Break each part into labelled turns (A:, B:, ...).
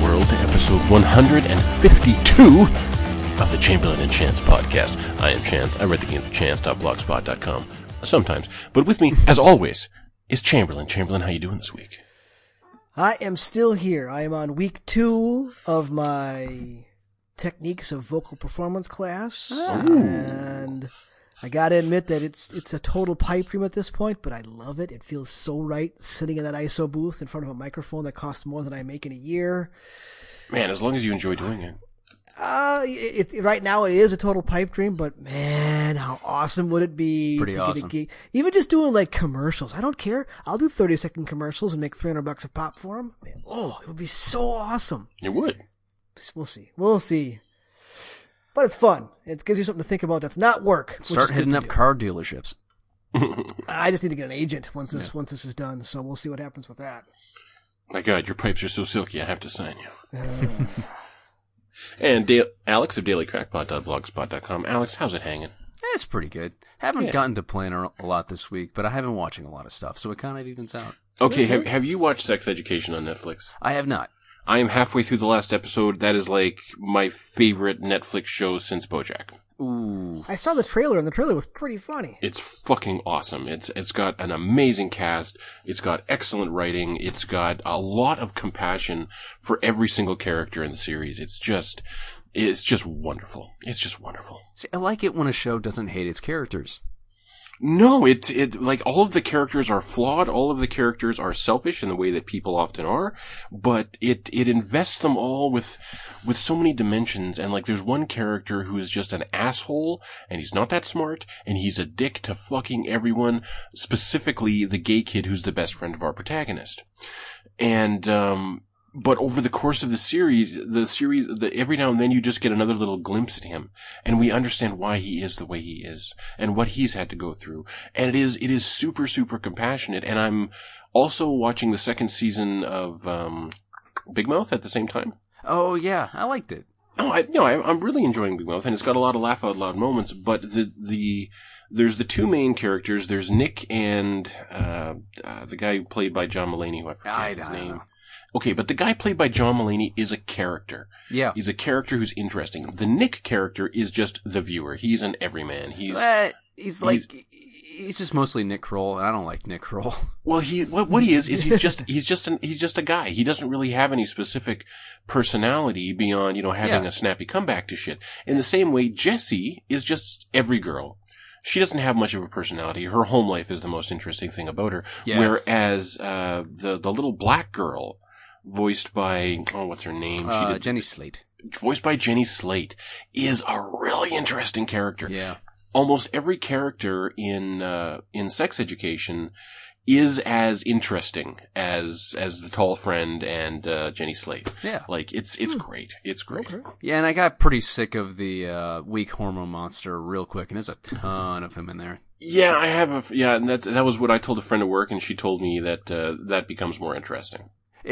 A: episode 152 of the Chamberlain and Chance podcast. I am Chance. I read the game for chance.blogspot.com sometimes. But with me, as always, is Chamberlain. Chamberlain, how you doing this week?
B: I am still here. I am on week two of my techniques of vocal performance class,
C: Ah.
B: and I gotta admit that it's it's a total pipe dream at this point. But I love it. It feels so right sitting in that ISO booth in front of a microphone that costs more than I make in a year.
A: Man, as long as you enjoy doing it.
B: Uh, it, it- right now it is a total pipe dream, but man, how awesome would it be?
C: Pretty
B: to get a
C: awesome.
B: gig- Even just doing like commercials. I don't care. I'll do 30 second commercials and make 300 bucks a pop for them. oh, it would be so awesome.
A: You would.
B: We'll see. We'll see. But it's fun. It gives you something to think about that's not work. which is
C: Start
B: good
C: hitting
B: to
C: up
B: do.
C: car dealerships.
B: I just need to get an agent once this once this is done. So we'll see what happens with that.
A: My God, your pipes are so silky, I have to sign you. and da- Alex of dailycrackpot.blogspot.com. Alex, how's it hanging?
C: That's pretty good. Haven't
A: Yeah.
C: gotten to plan a a lot this week, but I have been watching a lot of stuff, so it kind of evens out.
A: Okay, have, have you watched Sex Education on Netflix?
C: I have not.
A: I am halfway through the last episode. That is like my favorite Netflix show since BoJack.
C: Ooh,
B: I saw the trailer, and the trailer was pretty funny.
A: It's fucking awesome. It's it's got an amazing cast. It's got excellent writing. It's got a lot of compassion for every single character in the series. It's just it's just wonderful. It's just wonderful.
C: See, I like it when a show doesn't hate its characters.
A: No, it's it like all of the characters are flawed. All of the characters are selfish in the way that people often are, but it it invests them all with with so many dimensions. And like, there's one character who is just an asshole, and he's not that smart, and he's a dick to fucking everyone, specifically the gay kid who's the best friend of our protagonist. And um, but over the course of the series, the series, the, every now and then you just get another little glimpse at him, and we understand why he is the way he is, and what he's had to go through, and it is, it is super, super compassionate, and I'm also watching the second season of, um, Big Mouth at the same time.
C: Oh yeah, I liked it.
A: No, I, no, I, I'm really enjoying Big Mouth, and it's got a lot of laugh out loud moments. But the the there's the two main characters. There's Nick and uh, uh, the guy who played by John Mulaney, who I forget
C: I
A: his
C: don't
A: name.
C: know.
A: Okay, but the guy played by John Mulaney is a character.
C: Yeah,
A: He's a character who's interesting. The Nick character is just the viewer. He's an everyman. He's
C: Uh, he's like he's, just mostly Nick Kroll, and I don't like Nick Kroll.
A: Well, he what, what he is is he's just he's just an, he's just a guy. He doesn't really have any specific personality beyond you know having
C: Yeah.
A: a snappy comeback to shit. In the same way, Jessie is just every girl. She doesn't have much of a personality. Her home life is the most interesting thing about her.
C: Yes.
A: Whereas uh, the the little black girl, voiced by oh what's her name? She
C: Uh,
A: did-
C: Jenny Slate.
A: voiced by Jenny Slate, is a really interesting character
C: Yeah,
A: almost every character in uh, in sex education is as interesting as as the tall friend and uh, Jenny Slate.
C: Yeah.
A: like it's
C: Hmm.
A: it's great. It's great.
C: yeah, and I got pretty sick of the uh, weak hormone monster real quick, and there's a ton of him in there.
A: Yeah, I have a f- yeah, and that that was what I told a friend at work, and she told me that uh, that becomes more interesting.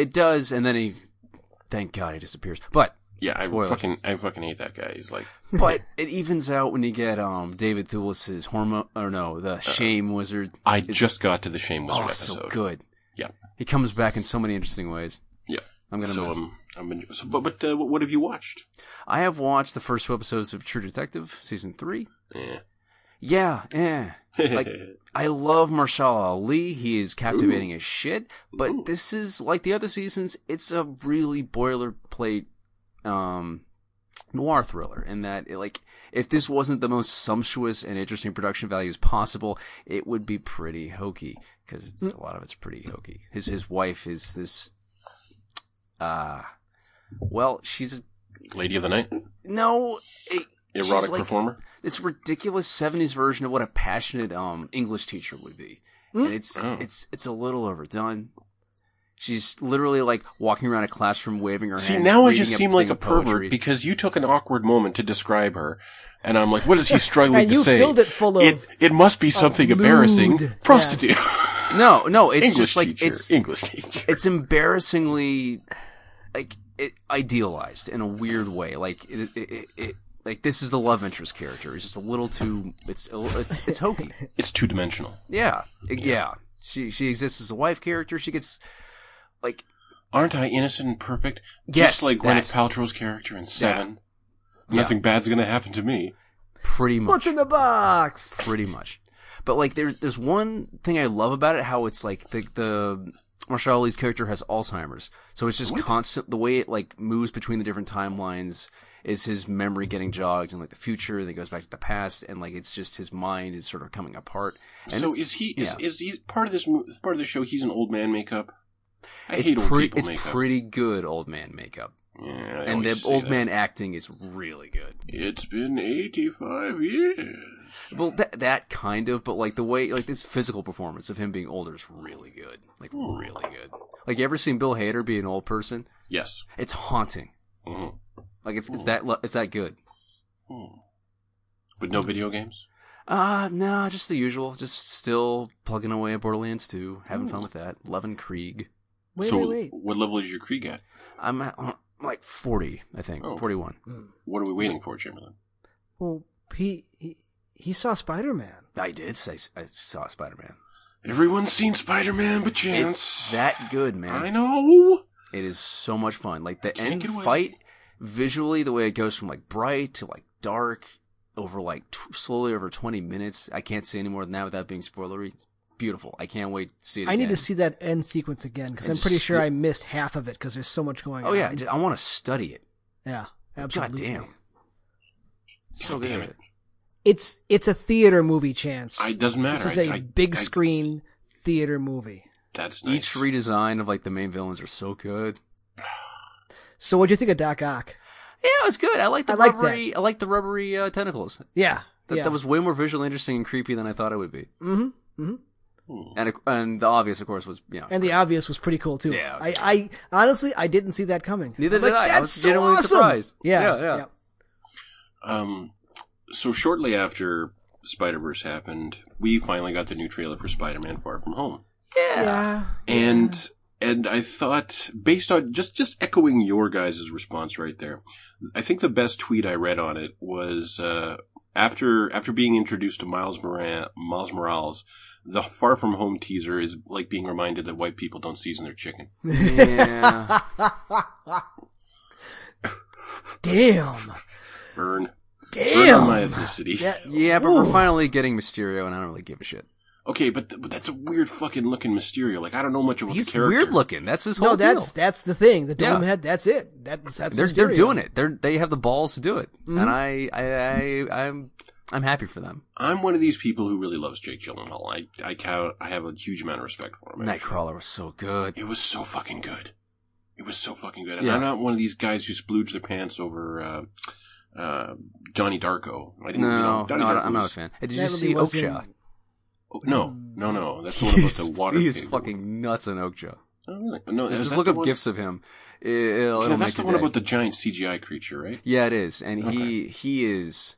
C: It does, and then he, thank God, he disappears. But
A: Yeah, I
C: Spoilers.
A: fucking I fucking hate that guy. He's like,
C: But it evens out when you get um David Thewlis's hormone or no the shame wizard.
A: I just got to the Shame Wizard
C: Oh, it's
A: Uh, episode.
C: so good.
A: Yeah,
C: He comes back in so many interesting ways.
A: yeah.
C: I'm gonna
A: so
C: miss.
A: um, I'm enjoy- so, but but uh, what what have you watched?
C: I have watched the first two episodes of True Detective season three.
A: Yeah.
C: Yeah, eh. Like I love Marshall Ali. He is captivating as shit. But this is like the other seasons. It's a really boilerplate um, noir thriller in that, it, like, if this wasn't the most sumptuous and interesting production values possible, it would be pretty hokey because a lot of it's pretty hokey. His his wife is this. Uh, well, she's a,
A: Lady of the Night,
C: no. It, she's
A: erotic
C: like-
A: performer.
C: this ridiculous '70s version of what a passionate um, English teacher would be, and it's
A: Oh.
C: it's it's a little overdone. She's literally like walking around a classroom waving her
A: See,
C: hands.
A: now I
C: reading
A: just seem like
C: thing
A: a
C: of poetry.
A: pervert because you took an awkward moment to describe her, and I'm like, what is he struggling
B: And
A: to
B: you
A: say?
B: filled it full of-
A: It, it must be something
B: lewd-
A: embarrassing.
B: yeah.
A: Prostitute.
C: no, no, it's
A: English
C: just like
A: teacher.
C: it's
A: English teacher.
C: it's embarrassingly like it idealized in a weird way. Like it, it, it, it like this is the love interest character. It's just a little too. It's it's it's hokey.
A: It's two dimensional.
C: Yeah, yeah. She she exists as a wife character. She gets like
A: aren't I innocent and perfect?
C: Yes,
A: Just like Gwyneth
C: that.
A: Paltrow's character in Seven.
C: Yeah.
A: Nothing bad's gonna happen to me.
C: Pretty much.
B: What's in the box?
C: pretty much. But like there, there's one thing I love about it: how it's like the the Marshall Ali's character has Alzheimer's, so it's just constant. The way it like moves between the different timelines is his memory getting jogged, and like the future, and then goes back to the past, and like it's just his mind is sort of coming apart. And
A: so
C: it's-
A: is he? Is
C: yeah.
A: is he part of this? mo- Part of the show? He's an old man makeup. I
C: it's
A: hate old
C: pretty,
A: people
C: it's
A: makeup.
C: pretty good old man makeup,
A: yeah, I
C: and
A: always
C: the
A: say
C: old
A: that.
C: man acting is really good.
A: It's been eighty-five years.
C: Well, that that kind of, but like the way, like this physical performance of him being older is really good, like really good. Like you ever seen Bill Hader be an old person?
A: Yes.
C: It's haunting.
A: Mhm.
C: Like it's it's that lo- it's that good.
A: Hmm. But no video games.
C: Uh no, just the usual. Just still plugging away at Borderlands 2, having fun with that. Loving Krieg.
B: Wait,
A: so
B: wait, wait.
A: what level is your Krieg at?
C: I'm at uh, like 40, I think.
A: Oh.
C: 41.
A: What are we waiting for, Chamberlain?
B: Well, he he, he saw Spider Man.
C: I did say s- I saw Spider-Man.
A: Everyone's seen Spider-Man, but Chance.
C: It's that good, man.
A: I know.
C: It is so much fun. Like the
A: Can't
C: end
A: get away.
C: fight visually, the way it goes from like bright to like dark over like t- slowly over 20 minutes. I can't say any more than that without being spoilery. It's beautiful. I can't wait to see it
B: I need
C: again.
B: to see that end sequence again because
C: And
B: I'm
C: just
B: pretty sure
C: skip-
B: I missed half of it because there's so much going
C: Oh
B: on.
C: yeah, I want to study it.
B: yeah,
C: God
B: absolutely.
C: damn. So
A: God damn
C: good.
A: it.
B: It's it's a theater movie, chance.
A: I doesn't matter.
B: this is
A: I-
B: a
A: I-
B: big
A: I-
B: screen theater movie.
A: That's nice.
C: Each redesign of like the main villains are so good.
B: So, what do you think of Doc Ock?
C: Yeah, it was good. I like the
B: I like
C: rubbery. I like the rubbery uh, tentacles.
B: Yeah,
C: That,
B: yeah.
C: that was mm-hmm. way more visually interesting and creepy than I thought it would be.
B: hmm hmm
A: Hmm.
C: And and the obvious, of course, was you know.
B: And the obvious was pretty cool too.
C: Yeah,
B: I, I honestly I didn't see that coming.
C: Neither
B: I'm like,
C: did I. I
B: That's
C: was
B: so
C: genuinely
B: awesome.
C: surprised.
B: Yeah,
C: Yeah, yeah.
A: Um, so shortly after Spider Verse happened, we finally got the new trailer for Spider Man Far From Home,
C: yeah.
B: Yeah.
A: and and I thought, based on just just echoing your guys' response right there, I think the best tweet I read on it was uh, after after being introduced to Miles Moran, Miles Morales, the Far From Home teaser is like being reminded that white people don't season their chicken.
C: yeah.
B: Damn.
A: Burn, burn on my
B: Damn.
A: ethnicity.
B: That-
C: Yeah, but we're
B: Ooh.
C: finally getting Mysterio, and I don't really give a shit.
A: Okay, but, th- but that's a weird fucking looking Mysterio. Like I don't know much about
C: He's
A: the character.
C: weird looking. That's his whole
B: No, that's
C: deal.
B: that's the thing. The
C: Yeah.
B: dome head. That's it. That's that's.
C: they're they're
B: Mysterio.
C: doing it. They're they have the balls to do it, and I,
A: Mm-hmm.
C: I I I'm I'm happy for them.
A: I'm one of these people who really loves Jake Gyllenhaal. I I count, I have a huge amount of respect for him. actually.
C: Nightcrawler was so good.
A: It was so fucking good. It was so fucking good. And
C: Yeah.
A: I'm not one of these guys who splooge their pants over uh, uh, Johnny Darko. I didn't. you
C: No,
A: know, Johnny
C: no, I
A: Darko
C: don't- I'm not a
A: was-
C: fan. Hey, did
B: That
C: you
B: movie
C: see
B: was in-
C: Oaksha?
A: Oh, no, no, no. That's the one about
C: He's,
A: the water.
C: he's
A: thing.
C: fucking nuts on Oaksha.
A: Oh, really? No, is
C: Just
A: that
C: look
A: the
C: up
A: one-
C: gifs of him. It, will
A: No,
C: it'll
A: that's
C: make
A: the
C: your
A: one
C: day.
A: about the giant CGI creature, right?
C: Yeah, it is, and he
A: Okay.
C: he is.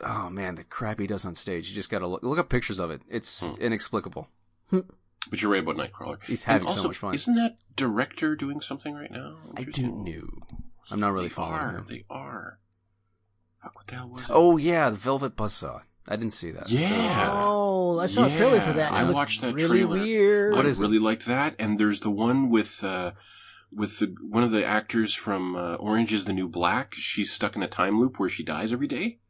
C: Oh man, the crap he does on stage. You just gotta look look up pictures of it. It's
A: Hmm.
C: inexplicable.
A: But you're right about Nightcrawler.
C: He's
A: And
C: having so
A: also,
C: much fun.
A: Isn't that director doing something right now?
C: I
A: Interesting.
C: don't know. I'm not really
A: they
C: following.
A: are.
C: him.
A: They are. Fuck, what the hell was it?
C: Oh yeah, the Velvet Buzzsaw. I didn't see that.
A: Yeah.
B: Oh, I saw a trailer for that.
A: Yeah, I
B: It looked
A: watched that
B: really
A: trailer.
B: Weird.
C: What
A: I
C: is it?
A: really liked that. And there's the one with uh, with the, one of the actors from uh, Orange is the New Black. She's stuck in a time loop where she dies every day.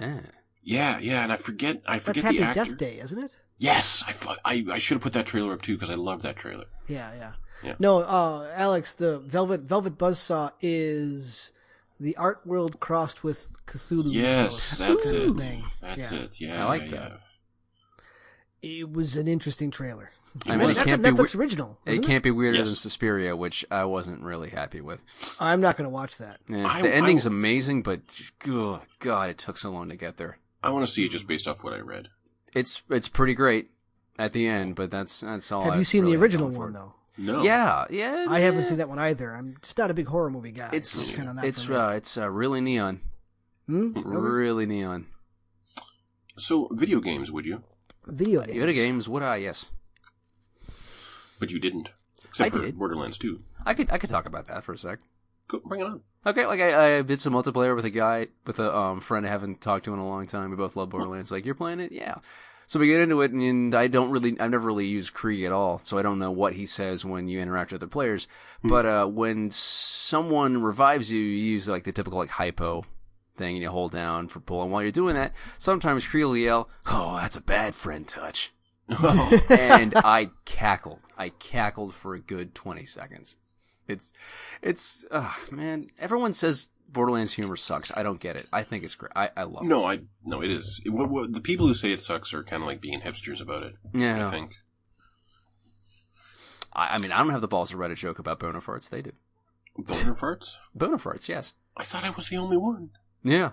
C: Yeah.
A: Yeah, yeah, and I forget I
B: That's
A: forget
B: Happy
A: the actor.
B: Death Day, isn't it?
A: Yes, I fu- I, I should have put that trailer up too because I love that trailer.
B: Yeah, yeah.
A: Yeah.
B: No, uh, Alex, the Velvet Velvet Buzzsaw is the art world crossed with Cthulhu.
A: Yes,
B: mythos.
A: that's it.
B: Thing.
A: That's
B: Yeah.
A: it. Yeah,
C: I like
A: yeah.
C: that.
B: It was an interesting trailer.
A: It
C: I mean,
A: was.
C: it
B: that's a
C: can't be
B: Netflix
C: we-
B: original.
C: It
B: isn't
C: can't be weirder
A: Yes.
C: than Suspiria, which I wasn't really happy with.
B: I'm not going to watch that.
C: Yeah,
A: I-
C: the
A: I-
C: ending's amazing, but ugh, God, it took so long to get there.
A: I want to see it just based off what I read.
C: It's it's pretty great at the end, but that's that's all.
B: have
C: I
B: you seen
C: really
B: the original
C: going for
B: one
C: it.
B: though?
A: No.
C: Yeah, yeah.
B: I haven't
C: yeah.
B: seen that one either. I'm just not a big horror movie guy.
C: It's
B: kinda not
C: it's
B: for me.
C: uh, it's uh, really neon,
B: Hmm? Okay.
C: really neon.
A: So video games, would you?
B: video games.
C: Yoda games, would I? Yes,
A: But you didn't. Except
C: I
A: for
C: did.
A: Borderlands 2.
C: I could I could talk about that for a sec.
A: Go, bring it on.
C: Okay, like I, I did some multiplayer with a guy with a um, friend I haven't talked to in a long time. We both love Borderlands. Like you're playing it, yeah. So we get into it, and I don't really, I've never really used Kree at all, so I don't know what he says when you interact with other players. But uh, when someone revives you, you use like the typical like hypo thing, and you hold down for pull. And while you're doing that, sometimes Kree will yell, "Oh, that's a bad friend touch," and I cackled. I cackled for a good twenty seconds. It's, it's, uh, man. Everyone says Borderlands humor sucks. I don't get it. I think it's great. I, I love.
A: No, I no, it is. It- what- what- the people who say it sucks are kind of like being hipsters about it.
C: it. Yeah.
A: I think.
C: I, I mean, I don't have the balls to write a joke about boner farts. They do.
A: Boner farts?
C: Boner farts, yes.
A: I thought I was the only one.
C: Yeah.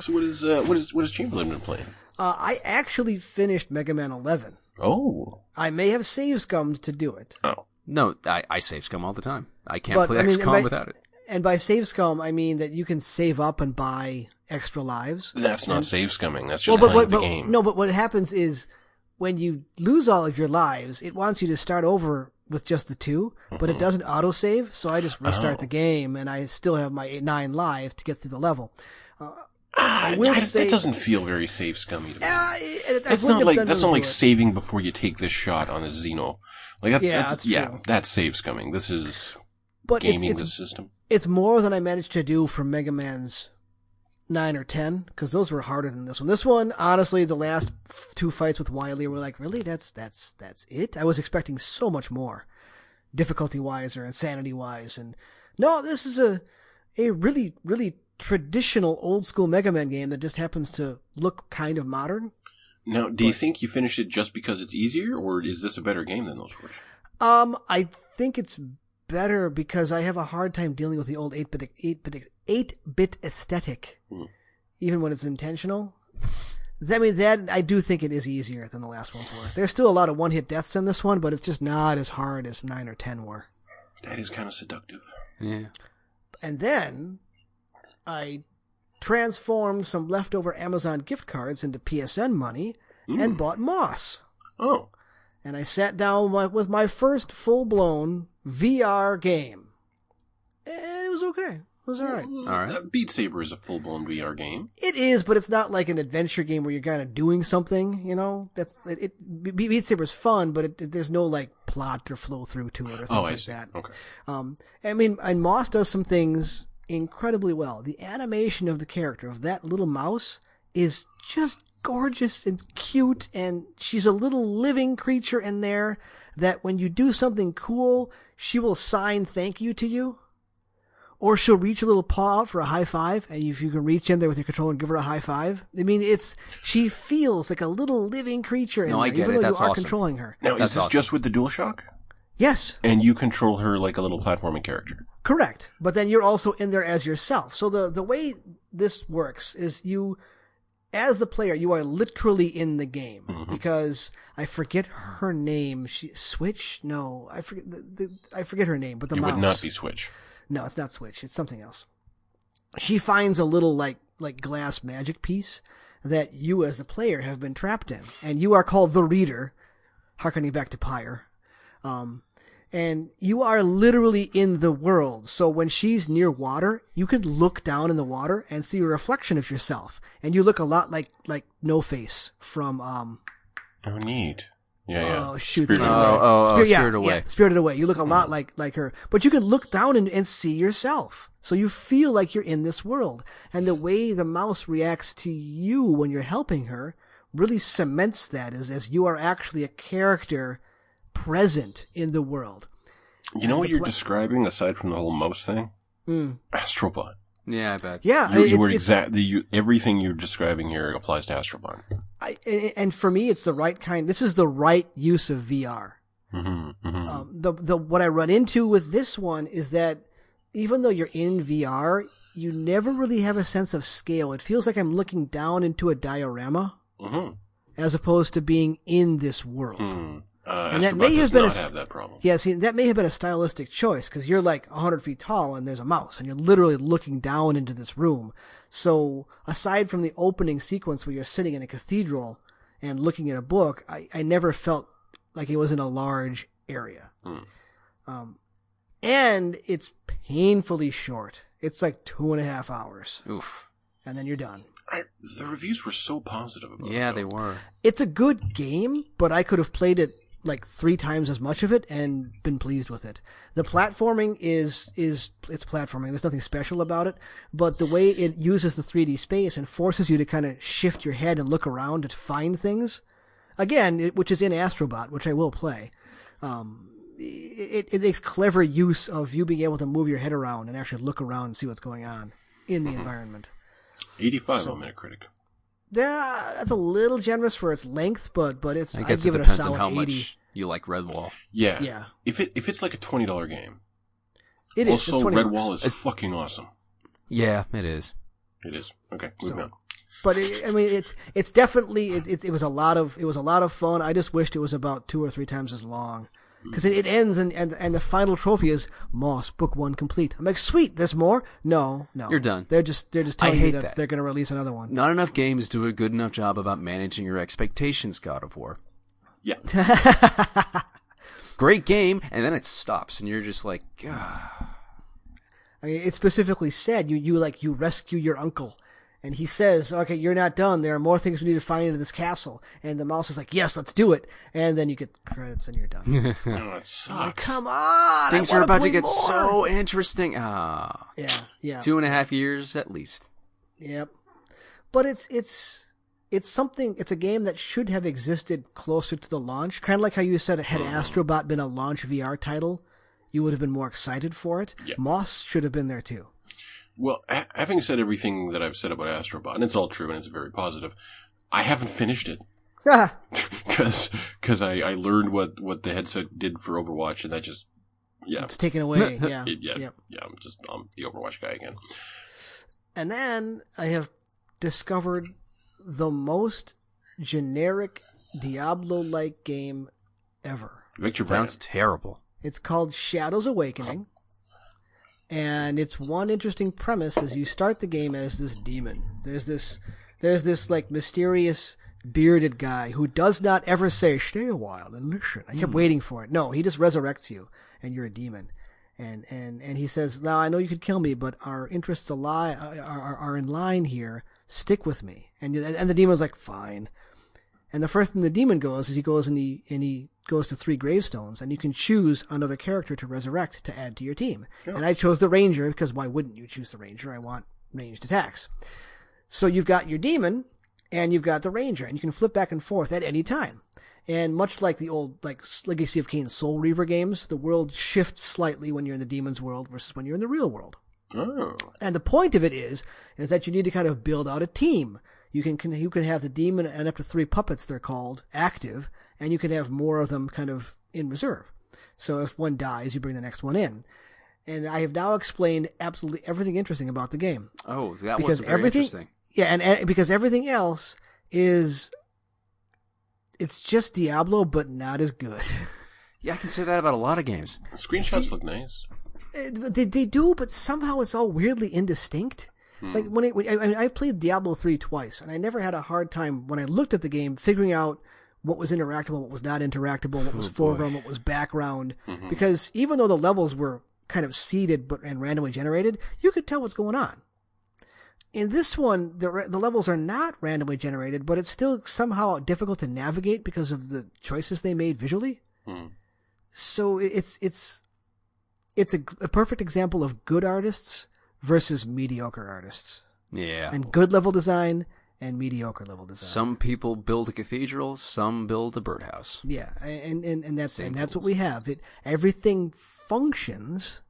A: So what is uh, what is what is Chamberlain been playing?
B: Uh, I actually finished Mega Man 11.
A: Oh,
B: I may have save scummed to do it.
A: oh,
C: No, I, I save scum all the time. I can't
B: But,
C: play
B: I mean,
C: XCOM
B: but-
C: without it.
B: And by save scum, I mean that you can save up and buy extra lives.
A: that's not save scumming. That's just
B: but,
A: playing
B: what-
A: the
B: but-
A: game.
B: No, but what happens is when you lose all of your lives, it wants you to start over with just the 2 but it doesn't autosave, so I just
A: Mm-hmm.
B: restart
A: Oh.
B: the game and I still have my eight, nine lives to get through the level.
A: Ah,
B: I will
A: that,
B: say-
A: that doesn't feel very save scummy to me.
B: Uh, I- I
A: that's not
B: wouldn't have
A: like
B: done
A: that's
B: really
A: not like
B: well.
A: saving before you take this shot on a Xeno. Like that's,
B: Yeah,
A: that's,
B: that's
A: yeah,
B: true.
A: that's save scumming. This is
B: but it's,
A: gaming the
B: it's,
A: system.
B: it's more than I managed to do for Mega Man's 9 or 10, because those were harder than this one. This one, honestly, the last f- two fights with Wily were like, really? That's, that's, that's it? I was expecting so much more. Difficulty wise or insanity wise. And no, this is a, a really, really traditional old school Mega Man game that just happens to look kind of modern.
A: Now, do you think you finished it just because it's easier, or is this a better game than those were?
B: Um, I think it's better because I have a hard time dealing with the old eight bit eight bit eight bit aesthetic,
A: Hmm.
B: even when it's intentional. I mean, that I do think it is easier than the last ones were. There's still a lot of one hit deaths in this one, but it's just not as hard as nine or ten were.
A: That is kind of seductive.
C: Yeah.
B: And then I transformed some leftover Amazon gift cards into PSN money and
A: Mm.
B: bought Moss.
A: Oh,
B: and I sat down my, with my first full blown VR game. And it was okay. It was alright.
A: all
C: right.
A: uh, Beat Saber is a full blown VR game.
B: It is, but it's not like an adventure game where you're kind of doing something, you know? That's, it, it Be- Beat Saber's fun, but it, there's no like plot or flow through to it or things
A: Oh, I
B: like
A: see.
B: that.
A: Okay.
B: Um, I mean, and Moss does some things incredibly well. The animation of the character of that little mouse is just gorgeous and cute, and she's a little living creature in there that when you do something cool, she will sign thank you to you. Or she'll reach a little paw out for a high five, and if you can reach in there with your controller and give her a high five, I mean, it's she feels like a little living creature, in
C: No,
B: there,
C: I get
B: even
C: it.
B: though
C: That's
B: you are
C: awesome.
B: controlling her.
A: Now,
C: That's
A: is this
C: awesome.
A: just with the DualShock?
B: Yes,
A: And you control her like a little platforming character.
B: Correct. But then you're also in there as yourself. So the, the way this works is you, as the player, you are literally in the game
A: Mm-hmm.
B: because I forget her name. She Switch? No, I forget. The, the, I forget her name. But the
A: it
B: mouse.
A: would not be Switch.
B: No, it's not Switch. It's something else. She finds a little like like glass magic piece that you as the player have been trapped in, and you are called the reader, harkening back to Pyre. Um, and you are literally in the world. So when she's near water, you can look down in the water and see a reflection of yourself, and you look a lot like like No Face from um
A: Oh, neat. Yeah, yeah.
B: Oh, shoot.
A: Spirit
C: Oh,
A: of
B: No.
A: Light.
C: oh, oh,
B: Spirit- yeah,
C: Spirited Away.
B: yeah, Spirited Away. You look a lot like like her, but you can look down and, and see yourself. So you feel like you're in this world, and the way the mouse reacts to you when you're helping her really cements that as as you are actually a character present in the world.
C: oh.
A: You know what
B: the
A: you're
B: pla-
A: describing aside from the whole mouse thing?
B: Mm.
A: Astrobot.
C: Yeah, I bet.
B: Yeah,
A: You, you
B: Ah, it's-
A: were
B: it's-
A: exactly you, everything you're describing here applies to Astrobot.
B: I, and- and for me, it's the right kind. This is the right use of VR.
A: Mm-hmm, mm-hmm.
B: Um, the the what I run into with this one is that even though you're in VR, you never really have a sense of scale. It feels like I'm looking down into a diorama
A: mm-hmm.
B: as opposed to being in this world.
A: Mm. Uh,
B: And that
A: Astrobot
B: may have
A: does
B: been a
A: not
B: st-
A: have that problem.
B: Yeah, see, that may have been a stylistic choice because you're like 100 feet tall and there's a mouse and you're literally looking down into this room. So aside from the opening sequence where you're sitting in a cathedral and looking at a book, I, I never felt like it was in a large area.
A: Hmm.
B: Um, and it's painfully short. It's like two and a half hours
C: Oof.
B: and then you're done.
A: I, the reviews were so positive about
C: Yeah,
A: it.
C: they were.
B: It's a good game, but I could have played it like three times as much of it and been pleased with it. The platforming is is it's platforming. There's nothing special about it, but the way it uses the 3D space and forces you to kind of shift your head and look around to find things, again, it, which is in Astrobot, which I will play. Um, it, it makes clever use of you being able to move your head around and actually look around and see what's going on in the environment.
A: 85 on Metacritic.
B: Yeah, that's a little generous for its length, but but it's
C: I
B: I
C: guess
B: give
C: it
B: it, a
C: depends on
B: solid
C: how
B: eighty.
C: much you like Redwall.
A: Yeah.
B: Yeah.
A: If it if it's like a twenty dollar game,
B: It is
A: also
B: it's 20 bucks.
A: Redwall is
C: It's-
A: fucking awesome.
C: Yeah, it is.
A: It is okay. Moving
B: So-
A: on.
B: but it, I mean, it's it's definitely it, it's it was a lot of it was a lot of fun. I just wished it was about two or three times as long because it, it ends and, and and the final trophy is Moss Book One complete. I'm like, sweet, there's more. No, no,
C: You're done.
B: They're just they're just
C: I
B: telling you
C: hate
B: that,
C: that.
B: they're going to release another one.
C: Not enough games do a good enough job about managing your expectations, God of War.
A: Yeah.
C: Great game, and then it stops, and you're just like, God.
B: I mean, it specifically said you you like you rescue your uncle, and he says, "Okay, you're not done. There are more things we need to find in this castle." And the mouse is like, "Yes, let's do it." And then you get the credits, and you're done.
A: no, it sucks.
B: Oh, Come on,
C: Things
B: I
C: are
B: wanna
C: about to
B: play
C: get
B: more.
C: so interesting. Ah,
B: yeah, yeah,
C: two and a half years at least.
B: yep. But it's it's it's something. It's a game that should have existed closer to the launch. Kind of like how you said, had
C: Uh-huh.
B: Astrobot been a launch VR title, you would have been more excited for it.
A: Yeah.
B: Moss should have been there too.
A: Well, ha- having said everything that I've said about Astrobot, and it's all true and it's very positive, I haven't finished it because I, I learned what what the headset did for Overwatch, and that just yeah.
B: it's taken away. Yeah,
A: It- yeah,
B: Yep.
A: yeah, I'm just I'm the Overwatch guy again.
B: And then I have discovered the most generic Diablo like game ever.
A: Victor Brown.
C: Sounds terrible.
B: It's called Shadows Awakening. And it's one interesting premise is you start the game as this demon. There's this there's this like mysterious bearded guy who does not ever say, Stay a while and listen. I kept waiting for it. No, he just resurrects you and you're a demon. And and and he says, Now I know you could kill me, but our interests ali- are, are are in line here. Stick with me. And and the demon's like, Fine. And the first thing the demon goes is he goes and he and he goes to three gravestones, and you can choose another character to resurrect to add to your team. And I chose the ranger because why wouldn't you choose the ranger? I want ranged attacks. So you've got your demon and you've got the ranger, and you can flip back and forth at any time. And much like the old like S- Legacy of Kain Soul Reaver games, the world shifts slightly when you're in the demon's world versus when you're in the real world.
A: Oh,
B: And the point of it is, is that you need to kind of build out a team. You can, can you can have the demon and up to three puppets they're called active, and you can have more of them kind of in reserve. So if one dies, you bring the next one in. And I have now explained absolutely everything interesting about the game
C: Oh, that was
B: because
C: very
B: everything
C: interesting.
B: yeah and, and because everything else is it's just Diablo but not as good.
C: Yeah, I can say that about a lot of games.
A: screenshots look nice.
B: It- Uh, they, they do, but somehow it's all weirdly indistinct.
C: Hmm.
B: Like when, it, when I, I mean, I played Diablo three twice, and I never had a hard time when I looked at the game figuring out what was interactable, what was not interactable, what
C: Oh, boy.
B: was
C: Mm-hmm.
B: foreground, what was background. Because even though the levels were kind of seeded but and randomly generated, you could tell what's going on. In this one, the ra- the levels are not randomly generated, but it's still somehow difficult to navigate because of the choices they made visually.
A: Hmm.
B: So it- it's it's it's a, a perfect example of good artists versus mediocre artists,
C: Yeah.
B: and good level design and mediocre level design.
C: some people build a cathedral, some build a birdhouse.
B: yeah, and and and that's
C: Same
B: and that's what
C: tools.
B: we have. It everything functions,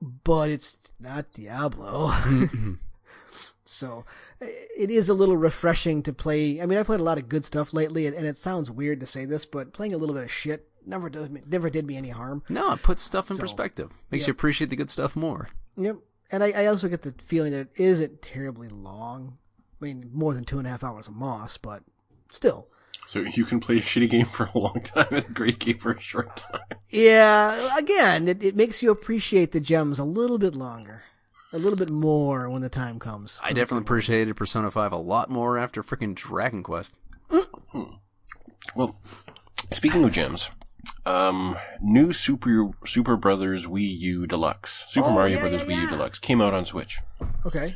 B: but it's not Diablo.
C: Mm-hmm.
B: so uh, it is a little refreshing to play. I mean, I played a lot of good stuff lately, and, and it sounds weird to say this, but playing a little bit of shit never does me, never did me any harm.
C: No, it puts stuff in
B: So,
C: perspective. Makes
B: yeah.
C: you appreciate the good stuff more.
B: Yep. And I, I also get the feeling that it isn't terribly long. I mean, more than two and a half hours of Moss, but still.
A: So you can play a shitty game for a long time and a great game for a short time.
B: Yeah, again, it, it makes you appreciate the gems a little bit longer. A little bit more when the time comes.
C: I definitely appreciated Persona 5 a lot more after freaking Dragon Quest.
A: Well, speaking of gems, um, new Super Super Brothers Wii U Deluxe, Super
B: Oh,
A: Mario
B: yeah,
A: Brothers
B: yeah,
A: Wii U
B: yeah.
A: Deluxe came out on Switch,
B: Okay.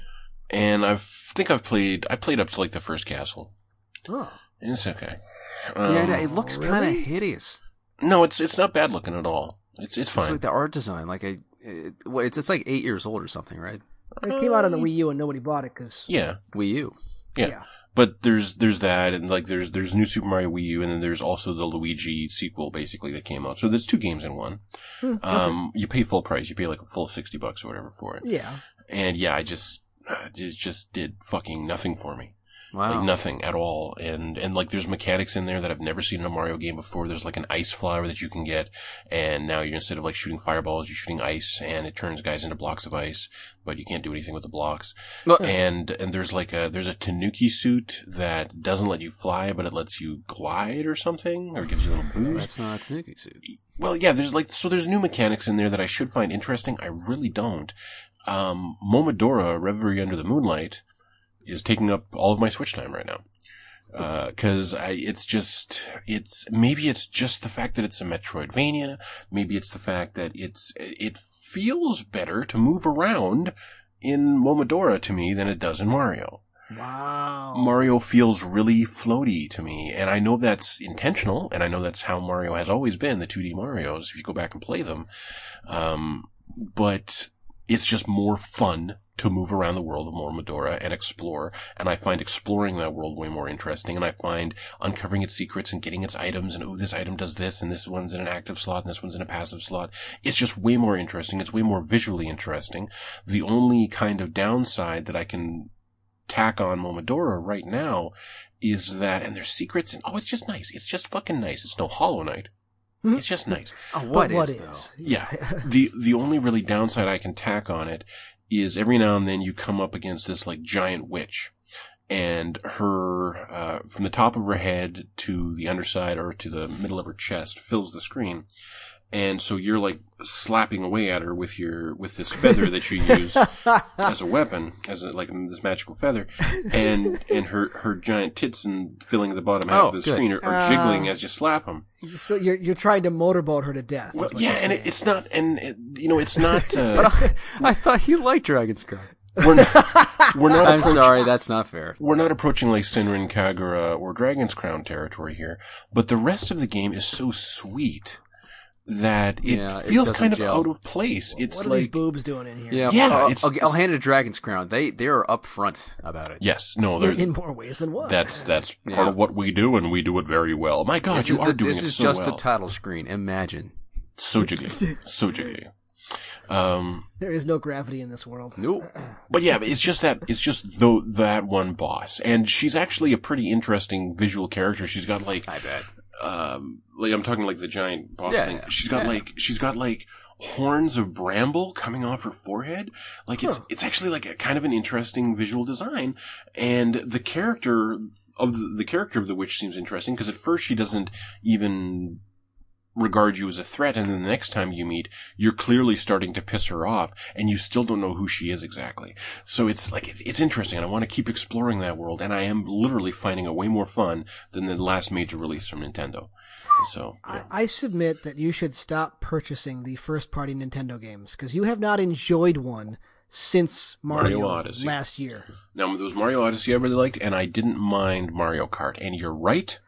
A: and I think I've played. I played up to like the first castle.
B: Oh.
A: It's okay. Um,
C: yeah, it looks kind of
B: really?
C: hideous.
A: no, it's it's not bad looking at all. It's it's
C: It's
A: fine.
C: like the art design. Like I, it, well, it's it's like eight years old or something, right?
B: It came out on the Wii U and nobody bought it because
A: yeah,
C: Wii U.
A: Um, yeah,
B: Yeah.
A: But there's there's that, and like there's there's new Super Mario Wii U, and then there's also the Luigi sequel, basically that came out. So there's two games in one.
B: Hmm,
A: um, you pay full price. You pay like a full sixty bucks or whatever for it.
B: yeah,
A: And yeah, I just uh, it just did fucking nothing for me.
C: Wow.
A: Like nothing at all. And, and like there's mechanics in there that I've never seen in a Mario game before. There's like an ice flower that you can get. And now you're instead of like shooting fireballs, you're shooting ice and it turns guys into blocks of ice, but you can't do anything with the blocks.
C: Well-
A: And, and there's like a, there's a Tanuki suit that doesn't let you fly, but it lets you glide or something or gives you a little boost.
C: That's not a Tanuki suit.
A: Well, yeah, there's like, so there's new mechanics in there that I should find interesting. I really don't. Um, Momodora, Reverie Under the Moonlight, is taking up all of my Switch time right now. Uh, cause I, it's just, it's, maybe it's just the fact that it's a Metroidvania. Maybe it's the fact that it's, it feels better to move around in Momodora to me than it does in Mario.
B: wow.
A: Mario feels really floaty to me, and I know that's intentional, and I know that's how Mario has always been, the 2D Marios, if you go back and play them. Um, but it's just more fun to move around the world of Mormodora and explore, and I find exploring that world way more interesting, and I find uncovering its secrets and getting its items, and oh, this item does this, and this one's in an active slot, and this one's in a passive slot. It's just way more interesting, it's way more visually interesting. The only kind of downside that I can tack on Momodora right now is that, and there's secrets, and oh, it's just nice. It's just fucking nice. It's no Hollow Knight. It's just nice.
C: Oh, what
B: But
C: is,
B: what
C: though?
B: is?
A: Yeah. the the only really downside I can tack on it is every now and then you come up against this like giant witch. And her, uh, from the top of her head to the underside or to the middle of her chest fills the screen. And so you're like slapping away at her with your, with this feather that you use as a weapon, as a, like this magical feather. And, and her, her giant tits and filling the bottom half
C: Oh,
A: of the
C: good.
A: screen are, are
B: Ah.
A: jiggling as you slap them.
B: So you're you're trying to motorboat her to death.
A: Well,
B: is what
A: yeah,
B: you're
A: and it,
B: saying.
A: it's not, and it, you know, it's not. Uh,
C: But I, I thought he liked Dragon's Cry.
A: we're not, we're not
C: I'm
A: approach-
C: sorry, that's not fair.
A: We're not approaching like Sinrin Kagura or Dragon's Crown territory here, but the rest of the game is so sweet that it
C: Yeah, it
A: feels
C: doesn't
A: kind of
C: gel.
A: out of place. It's
B: what are these
A: like
B: boobs doing in here?
C: Yeah,
A: Yeah,
C: I'll,
A: it's-
C: I'll,
A: it's-
C: I'll hand it Dragon's Crown. They they are upfront about it.
A: yes, no,
B: in,
A: there-
B: in more ways than one.
A: that's that's
C: Yeah.
A: part of what we do, and we do it very well. My God,
C: This
A: you
C: is
A: are
C: the-
A: doing
C: this
A: it
C: is
A: so
C: just
A: well.
C: the title screen. Imagine.
A: so jiggly, so jiggly. Um,
B: there is no gravity in this world.
C: Nope.
A: But yeah, it's just that it's just though that one boss, and she's actually a pretty interesting visual character. She's got like
C: I bet.
A: um, like I'm talking like the giant boss
C: Yeah,
A: thing.
C: yeah,
A: She's got
C: yeah.
A: like she's got like horns of bramble coming off her forehead. Like it's it's actually like a kind of an interesting visual design, and the character of the, the character of the witch seems interesting because at first she doesn't even regard you as a threat and then the next time you meet you're clearly starting to piss her off and you still don't know who she is exactly so it's like it's, it's interesting and i want to keep exploring that world and i am literally finding it way more fun than the last major release from nintendo so
B: I, I submit that you should stop purchasing the first party Nintendo games because you have not enjoyed one since
A: Mario
B: Mario,
A: Odyssey.
B: last year.
A: now there was mario odyssey i really liked and i didn't mind mario kart and you're right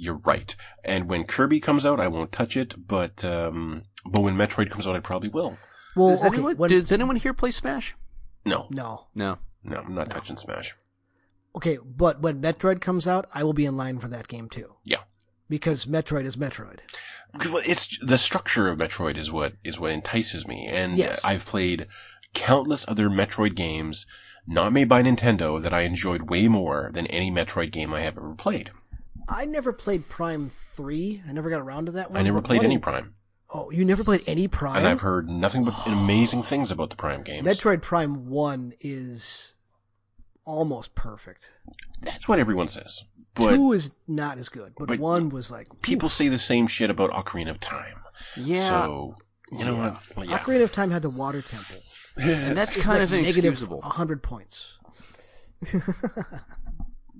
A: you're right and when kirby comes out i won't touch it but um but when metroid comes out i probably will
B: Well,
C: does,
B: okay,
C: anyone,
B: when-
C: does anyone here play Smash?
A: no
B: no.
C: No.
A: no i'm not touching smash
B: Okay, but when Metroid comes out, I will be in line for that game too
A: yeah
B: because Metroid is Metroid.
A: Well, it's the structure of Metroid is what is what entices me, and
B: Yes.
A: I've played countless other Metroid games, not made by Nintendo, that I enjoyed way more than any Metroid game I have ever played.
B: I never played Prime Three. I never got around to that one.
A: I never
B: but
A: played
B: one
A: any
B: in-
A: Prime,
B: Oh, you never played any Prime?
A: and I've heard nothing but amazing things about the Prime games.
B: Metroid Prime 1 is almost perfect.
A: That's what everyone says, but
B: 2 is not as good, but,
A: but-
B: 1 was like
A: people say the same shit about Ocarina of Time.
C: Yeah.
A: So you know what? Well, yeah.
B: Ocarina of Time had the water temple.
C: and that's
B: It's
C: kind
B: like
C: of
B: negative
C: inexcusable.
B: 100 points.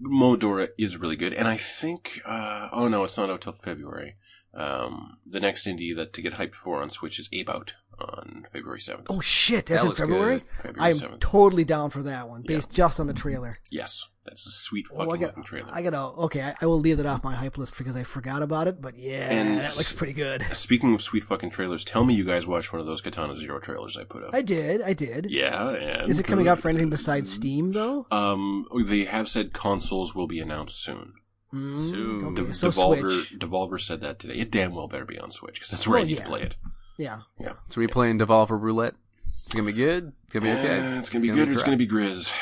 A: Modora is really good, and I think uh, oh no, it's not out till February. Um, the next indie that to get hyped for on Switch is Ape Out on February 7th.
B: Oh shit,
C: That
B: that's in
C: looks
B: February.
A: good. February
B: I'm
A: 7th.
B: totally down for that one,
A: Yeah.
B: based just on the trailer.
A: Yes, that's a sweet fucking
B: Oh, I
A: looking
B: got,
A: trailer.
B: I gotta. Okay, I, I will leave that off my hype list because I forgot about it. But yeah,
A: And
B: that looks pretty good.
A: Speaking of sweet fucking trailers, tell me you guys watched one of those Katana Zero trailers I put up.
B: I did. I did.
A: yeah, and
B: Is it coming out for anything besides Steam though?
A: Um, they have said consoles will be announced soon.
B: Mm,
C: Soon.
B: okay,
A: De-
B: so
A: Devolver
B: Switch.
A: Devolver said that today. It damn well better be on Switch because that's where I
B: Well,
A: need
B: yeah.
A: to play it.
B: Yeah.
A: Yeah,
C: So we playing Devolver Roulette. It's gonna be good. It's gonna be okay.
A: Uh, it's gonna be good or it's
C: crap.
A: gonna be Grizz.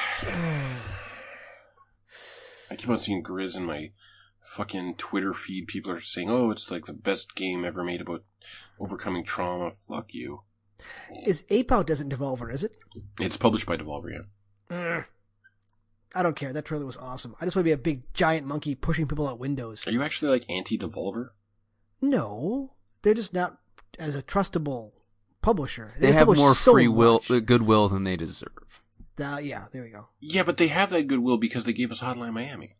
A: I keep on seeing Grizz in my fucking Twitter feed. People are saying, "Oh, it's like the best game ever made about overcoming trauma." Fuck you.
B: Is Ape Out doesn't Devolver? Is it?
A: It's published by Devolver. Yeah.
B: I don't care. That trailer was awesome. I just want to be a big giant monkey pushing people out windows.
A: Are you actually like anti-Devolver?
B: No, they're just not as a trustable publisher.
C: They have
B: publish
C: more
B: so
C: free will,
B: much.
C: uh, goodwill than they deserve.
B: Uh, yeah, there we go.
A: Yeah, but they have that goodwill because they gave us Hotline Miami.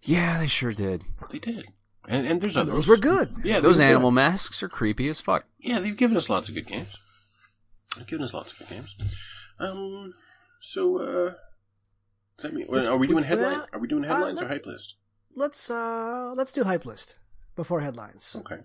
C: Yeah, they sure did.
A: They did, and and there's
B: Oh, Those,
A: others.
B: were good.
A: Yeah, they
C: Those
A: were good.
C: animal masks are creepy as fuck.
A: Yeah, they've given us lots of good games. They've given us lots of good games. Um, so uh, does that mean are we doing headline? Are we doing
B: Uh,
A: headlines or
B: let's-
A: hype list?
B: Let's uh let's do hype list before headlines.
A: Okay.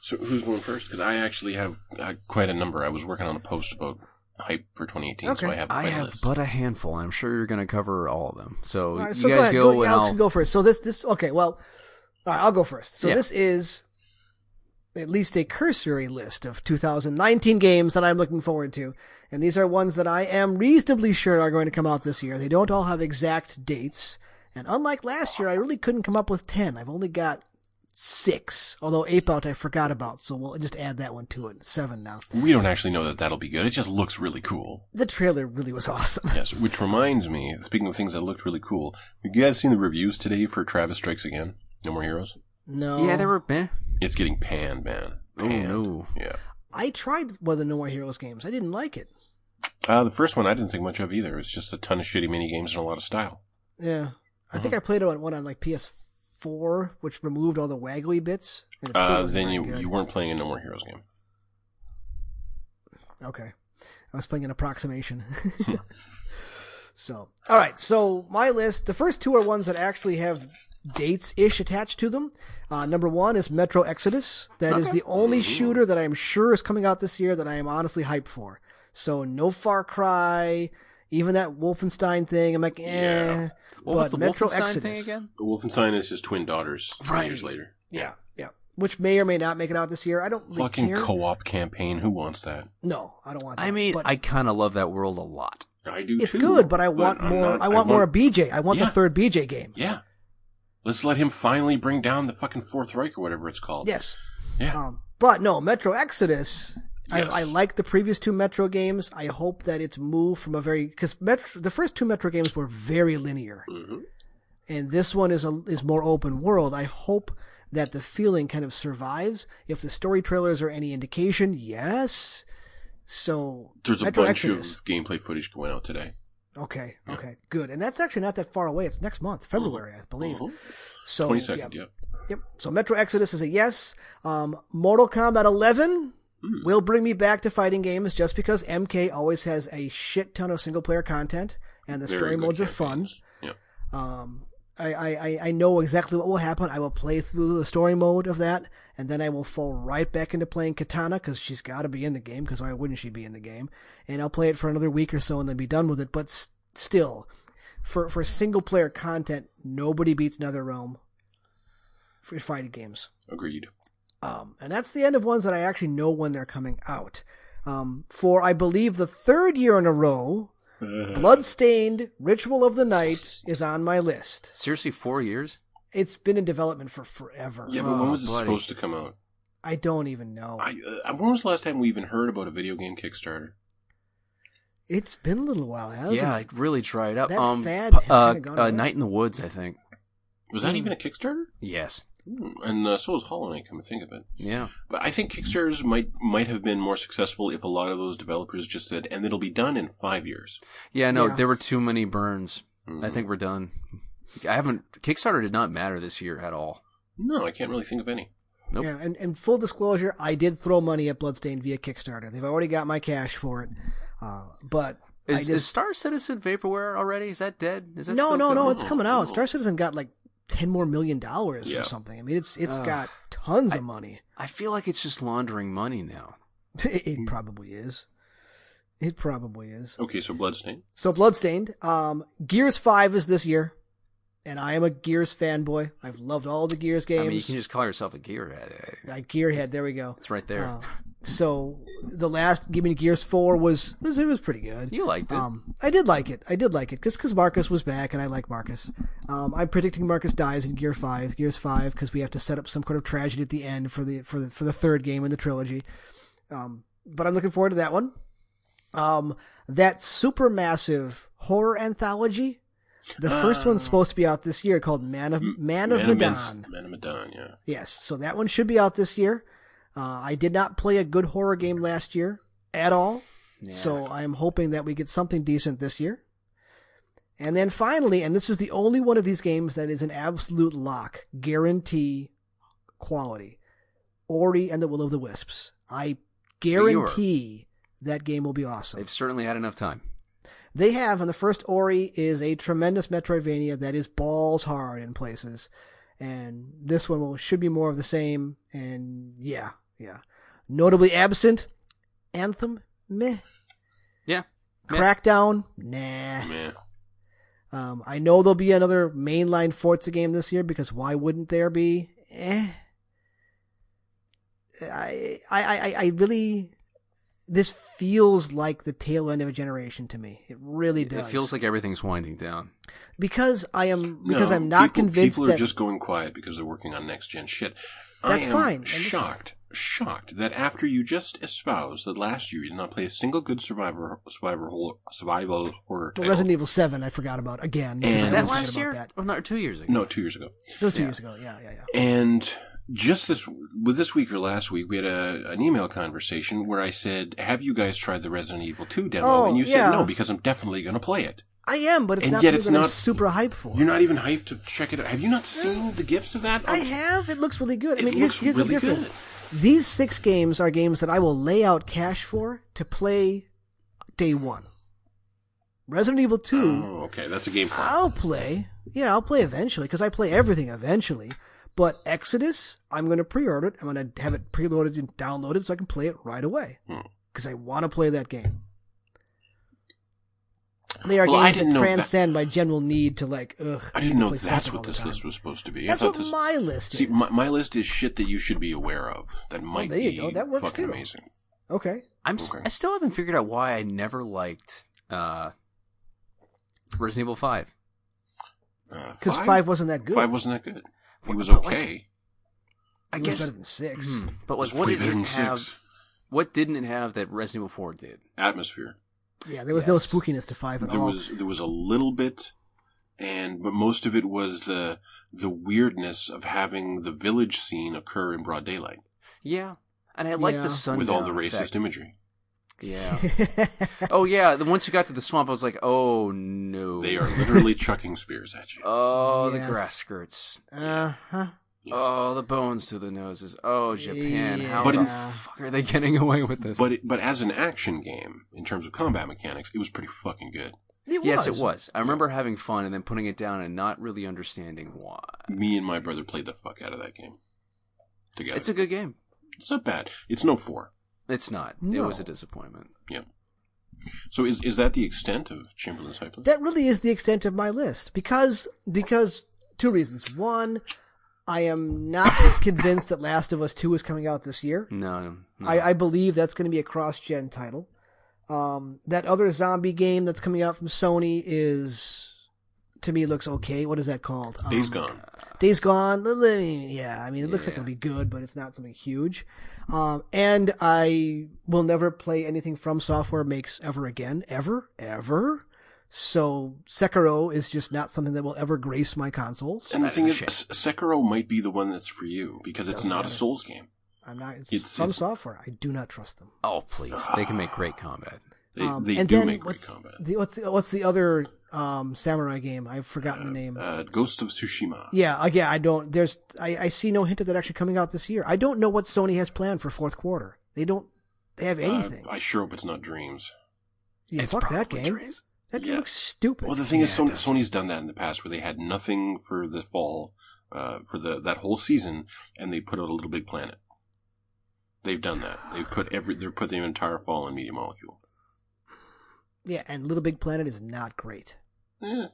A: So who's going first? Because I actually have uh, quite a number. I was working on a post about hype for 2018, so
B: Okay.
A: I have quite
C: I
A: a
C: have
A: list.
C: but a handful. I'm sure you're gonna cover all of them. So
B: All right,
C: you
B: so go
C: guys
B: ahead.
C: go,
B: go,
C: and
B: Alex
C: I'll
B: can go first. So this this okay. Well, all right, I'll go first. So
C: Yeah.
B: this is at least a cursory list of 2019 games that I'm looking forward to, and these are ones that I am reasonably sure are going to come out this year. They don't all have exact dates, and unlike last year, I really couldn't come up with ten. I've only got six. Although Ape Out I forgot about, so we'll just add that one to it. Seven now.
A: we don't actually know that that'll be good. It just looks really cool.
B: The trailer really was awesome.
A: Yes, which reminds me. Speaking of things that looked really cool, have you guys seen the reviews today for Travis Strikes Again? No More Heroes.
B: No.
C: Yeah, they were. Eh.
A: It's getting panned, man.
C: Oh,
A: Panned.
C: no.
A: Yeah.
B: I tried one of the No More Heroes games. I didn't like it.
A: Uh, the first one I didn't think much of either. It's just a ton of shitty mini games and a lot of style.
B: Yeah. I think I played on one on like PS4, which removed all the waggly bits. And it still
A: Uh,
B: wasn't
A: then
B: very
A: you
B: good.
A: you weren't playing a No More Heroes game.
B: Okay. I was playing an approximation. so, all right. So, my list the first two are ones that actually have dates ish attached to them. Uh, number one is Metro Exodus. That is the only shooter that I'm sure is coming out this year that I am honestly hyped for. So, no Far Cry, even that Wolfenstein thing. I'm like, eh.
A: Yeah.
C: What was the Wolfenstein thing again?
A: Wolfenstein is his twin daughters.
B: Right.
A: Years later.
B: Yeah, yeah. Which may or may not make it out this year. I don't really
A: Fucking
B: care.
A: co-op campaign. Who wants that?
B: no, I don't want. That.
C: I mean,
B: but
C: I kind of love that world a lot.
A: I do.
B: it's
A: too,
B: good, but I want
A: I'm
B: more.
A: not-
B: I want more BJ. I want
A: Yeah.
B: the third BJ game.
A: Yeah. Let's let him finally bring down the fucking Fourth Reich or whatever it's called.
B: Yes,
A: Yeah.
B: um, but no Metro Exodus.
A: Yes.
B: I, I like the previous two Metro games. I hope that it's moved from a very because Metro the first two Metro games were very linear,
A: Mhm.
B: and this one is a is more open world. I hope that the feeling kind of survives. If the story trailers are any indication, yes. So
A: There's a
B: Metro
A: bunch
B: Exodus.
A: of gameplay footage going out today.
B: Okay, okay, good. And that's actually not that far away. It's next month, February, I believe.
A: Mhm.
B: So
A: Twenty second. Mm-hmm. Yeah.
B: Yep. yep. So Metro Exodus is a yes. Um, Mortal Kombat 11
A: Hmm.
B: will bring me back to fighting games just because MK always has a shit ton of single player content and the
A: Very
B: story
A: good
B: modes are fun.
A: campaigns. Yeah.
B: Um, I, I, I- I know exactly what will happen. I will play through the story mode of that, and then I will fall right back into playing Katana because she's got to be in the game. Because why wouldn't she be in the game? And I'll play it for another week or so, and then be done with it. But s- still, for for single player content, nobody beats NetherRealm for fighting games.
A: Agreed.
B: Um, and that's the end of ones that I actually know when they're coming out. Um, for I believe the third year in a row,
A: Uh,
B: Bloodstained Ritual of the Night is on my list.
C: Seriously, four years?
B: It's been in development for forever.
A: Yeah, but when
C: Oh,
A: was it
C: buddy.
A: supposed to come out?
B: I don't even know.
A: I, uh, when was the last time we even heard about a video game Kickstarter?
B: It's been a little while, hasn't
C: Yeah,
B: it?
C: it really dried up.
B: That
C: um,
B: fad
C: pu-
B: has
C: uh,
B: kinda gone
C: uh,
B: away.
C: Night in the Woods, I think.
A: Was that
B: Hmm.
A: even a Kickstarter?
C: Yes.
A: Hmm. And uh, so was Hollow Knight. Come to think of it,
C: Yeah.
A: but I think Kickstarters might might have been more successful if a lot of those developers just said, "And it'll be done in five years."
C: Yeah, no,
B: Yeah.
C: there were too many burns. I
A: Mhm.
C: think we're done. I haven't. Kickstarter did not matter this year at all.
A: No, I can't really think of any.
C: Nope.
B: Yeah, and, and full disclosure, I did throw money at Bloodstained via Kickstarter. They've already got my cash for it, uh, but I
C: Is,
B: just,
C: is Star Citizen vaporware already? Is that dead? Is that
B: no,
C: still
B: no, no,
C: going?
B: it's coming out. Star Citizen got like ten more million dollars
A: Yeah.
B: or something. I mean, it's it's
C: Ugh.
B: got tons of money.
C: I feel like it's just laundering money now. Mm.
B: It, it probably is. It probably is.
A: Okay, so Bloodstain.
B: So Bloodstained, um, Gears Five is this year, and I am a Gears fanboy. I've loved all the Gears
C: I mean, you
B: games.
C: can just call yourself a gearhead.
B: Like Gearhead, there we go.
C: It's right there.
B: Uh, so the last Give Me Gears Four was, was it was pretty good.
C: you liked it.
B: Um, I did like it. I did like it because Marcus was back, and I like Marcus. Um, I'm predicting Marcus dies in Gear Five, Gears Five, because we have to set up some kind of tragedy at the end for the for the for the third game in the trilogy. Um, but I'm looking forward to that one. Um, that supermassive horror anthology. The first one's supposed to be out this year, called Man of Man of
A: Man of
B: Medan.
A: Medan. Man of Medan, yeah.
B: Yes, so that one should be out this year. Uh, I did not play a good horror game last year at all, so I'm hoping that we get something decent this year. And then finally, and this is the only one of these games that is an absolute lock, guarantee quality Ori and the Will of the Wisps. I
C: were-
B: guarantee that game will be awesome.
C: They've certainly had enough time.
B: They have, and the first Ori is a tremendous Metroidvania that is balls hard in places. And this one will, should be more of the same. And yeah, yeah. Notably absent, Anthem, meh.
C: Yeah. Meh.
B: Crackdown, nah.
A: Man.
B: Um, I know there'll be another mainline Forza game this year because why wouldn't there be? Eh. I, I, I, I really, this feels like the tail end of a generation to me. It really
C: It,
B: does
C: feels like everything's winding down.
B: because I am because
A: No,
B: I'm not
A: people,
B: convinced
A: people are
B: that
A: just going quiet because they're working on next gen shit.
B: That's
A: I am
B: fine, and it's-
A: Shocked, shocked that after you just espoused that last year you did not play a single good survivor survivor hor- survival horror
B: but
A: title.
B: Resident Evil Seven I forgot about again. because
A: And-
B: I
C: Was that
B: always forget
C: last
B: about
C: year?
B: That.
C: Or not, two years ago?
A: no, two years ago.
B: That was two
C: Yeah.
B: years ago. Yeah, yeah, yeah.
A: And just this, with this week or last week, we had a, an email conversation where I said, "Have you guys tried the Resident Evil 2 demo?"
B: Oh,
A: and you said,
B: yeah.
A: "No, because I'm definitely going to play it."
B: I am, but it's
A: And
B: not
A: yet
B: something
A: it's
B: that I'm
A: not-
B: super hyped for.
A: You're not even hyped to check it out. Have you not seen the gifs of that? Oh,
B: I have. It looks really good. I
A: It
B: mean,
A: looks
B: here's, here's
A: really
B: the difference. These six games are games that I will lay out cash for to play day one. Resident Evil Two.
A: Oh, okay, that's a game plan.
B: I'll play. Yeah, I'll play eventually because I play everything eventually. But Exodus, I'm going to pre-order it. I'm going to have it preloaded and downloaded so I can play it right away
A: Hmm.
B: because I want to play that game. They are
A: Well, I
B: games
A: didn't
B: that
A: know that-
B: transcend my general need to like. Ugh,
A: I
B: need
A: didn't
B: to
A: know
B: play
A: that's
B: something all
A: what
B: the
A: this
B: time.
A: list was supposed to be.
B: That's
A: I
B: what
A: thought this.
B: my list
A: See,
B: is.
A: my, my list is shit that you should be aware of that might
B: there you
A: be
B: go. That works
A: fucking
B: too.
A: amazing.
B: Okay,
C: I'm. s
A: Okay.
C: I still haven't figured out why I never liked uh, Resident Evil Five.
A: Uh,
B: because five? wasn't that good.
A: Five wasn't that good. It was
C: But, like,
A: okay.
C: I
B: It was
C: guess.
B: better than six.
C: Hmm, but
A: It was
C: like, what
A: way
C: did
A: better
C: it
A: than
C: have?
A: six.
C: What didn't it have that Resident Evil Four did?
A: Atmosphere.
B: Yeah, there was no
C: Yes.
B: spookiness to five at
A: There
B: all.
A: was there was a little bit, and but most of it was the the weirdness of having the village scene occur in broad daylight
C: Yeah, and I like
B: Yeah.
C: the sundown
A: with all the racist
C: effect.
A: imagery.
C: Yeah. oh yeah. The once you got to the swamp, I was like, oh no.
A: They are literally chucking spears at you.
C: Oh,
B: Yes.
C: the grass skirts.
B: uh huh.
C: Oh, the bones to the noses. Oh, Japan. How
A: But
C: the
A: in-
C: fuck are they getting away with this?
A: But it, but as an action game in terms of combat mechanics, it was pretty fucking good.
B: It
C: yes, it was. I remember having fun and then putting it down and not really understanding why.
A: Me and my brother played the fuck out of that game together.
C: It's a good game.
A: It's not bad. It's no four.
C: It's not. It
B: No.
C: was a disappointment.
A: Yeah. So is is that the extent of Chamberlain's hype? list?
B: that really is the extent of my list because because two reasons. One, I am not convinced that Last of Us Two is coming out this year.
C: No, no, no.
B: I, I believe that's going to be a cross-gen title. Um, that other zombie game that's coming out from Sony is, to me, looks okay. What is that called? Um,
A: Days Gone.
C: Oh,
B: Days Gone. l- l- I mean, Yeah, I mean, it looks like
C: Yeah.
B: it'll be good, but it's not something huge. Um, and I will never play anything from Software makes ever again, ever, ever. So Sekiro is just not something that will ever grace my consoles.
A: And the
C: That
A: thing
C: is
A: is,
C: a
A: S- Sekiro might be the one that's for you because it's
B: Doesn't
A: not a
B: matter.
A: Souls game.
B: I'm not. It's,
A: It's-
B: from
A: it's-
B: Software. I do not trust them.
C: Oh, please. They can make great combat.
A: They,
B: Um,
A: they
B: and
A: do
B: then
A: make great
B: what's
A: combat.
B: The, what's the, what's the other um, samurai game? I've forgotten the name.
A: Uh, Ghost of Tsushima.
B: yeah, I- yeah, I don't. There's, I, I see no hint of that actually coming out this year. I don't know what Sony has planned for fourth quarter. They don't they have
A: Uh,
B: anything.
A: I sure hope it's not Dreams.
B: yeah,
C: It's
B: fuck that
C: probably
B: game.
C: Dreams.
B: That game
A: Yeah.
B: looks stupid.
A: Well, the thing is,
C: Yeah, it
A: Sony,
C: does.
A: Sony's done that in the past, where they had nothing for the fall, uh, for the that whole season, and they put out a Little Big Planet. They've done that. They've put every they've put the entire fall in Media Molecule.
B: yeah, and Little Big Planet is not great.
A: Eh,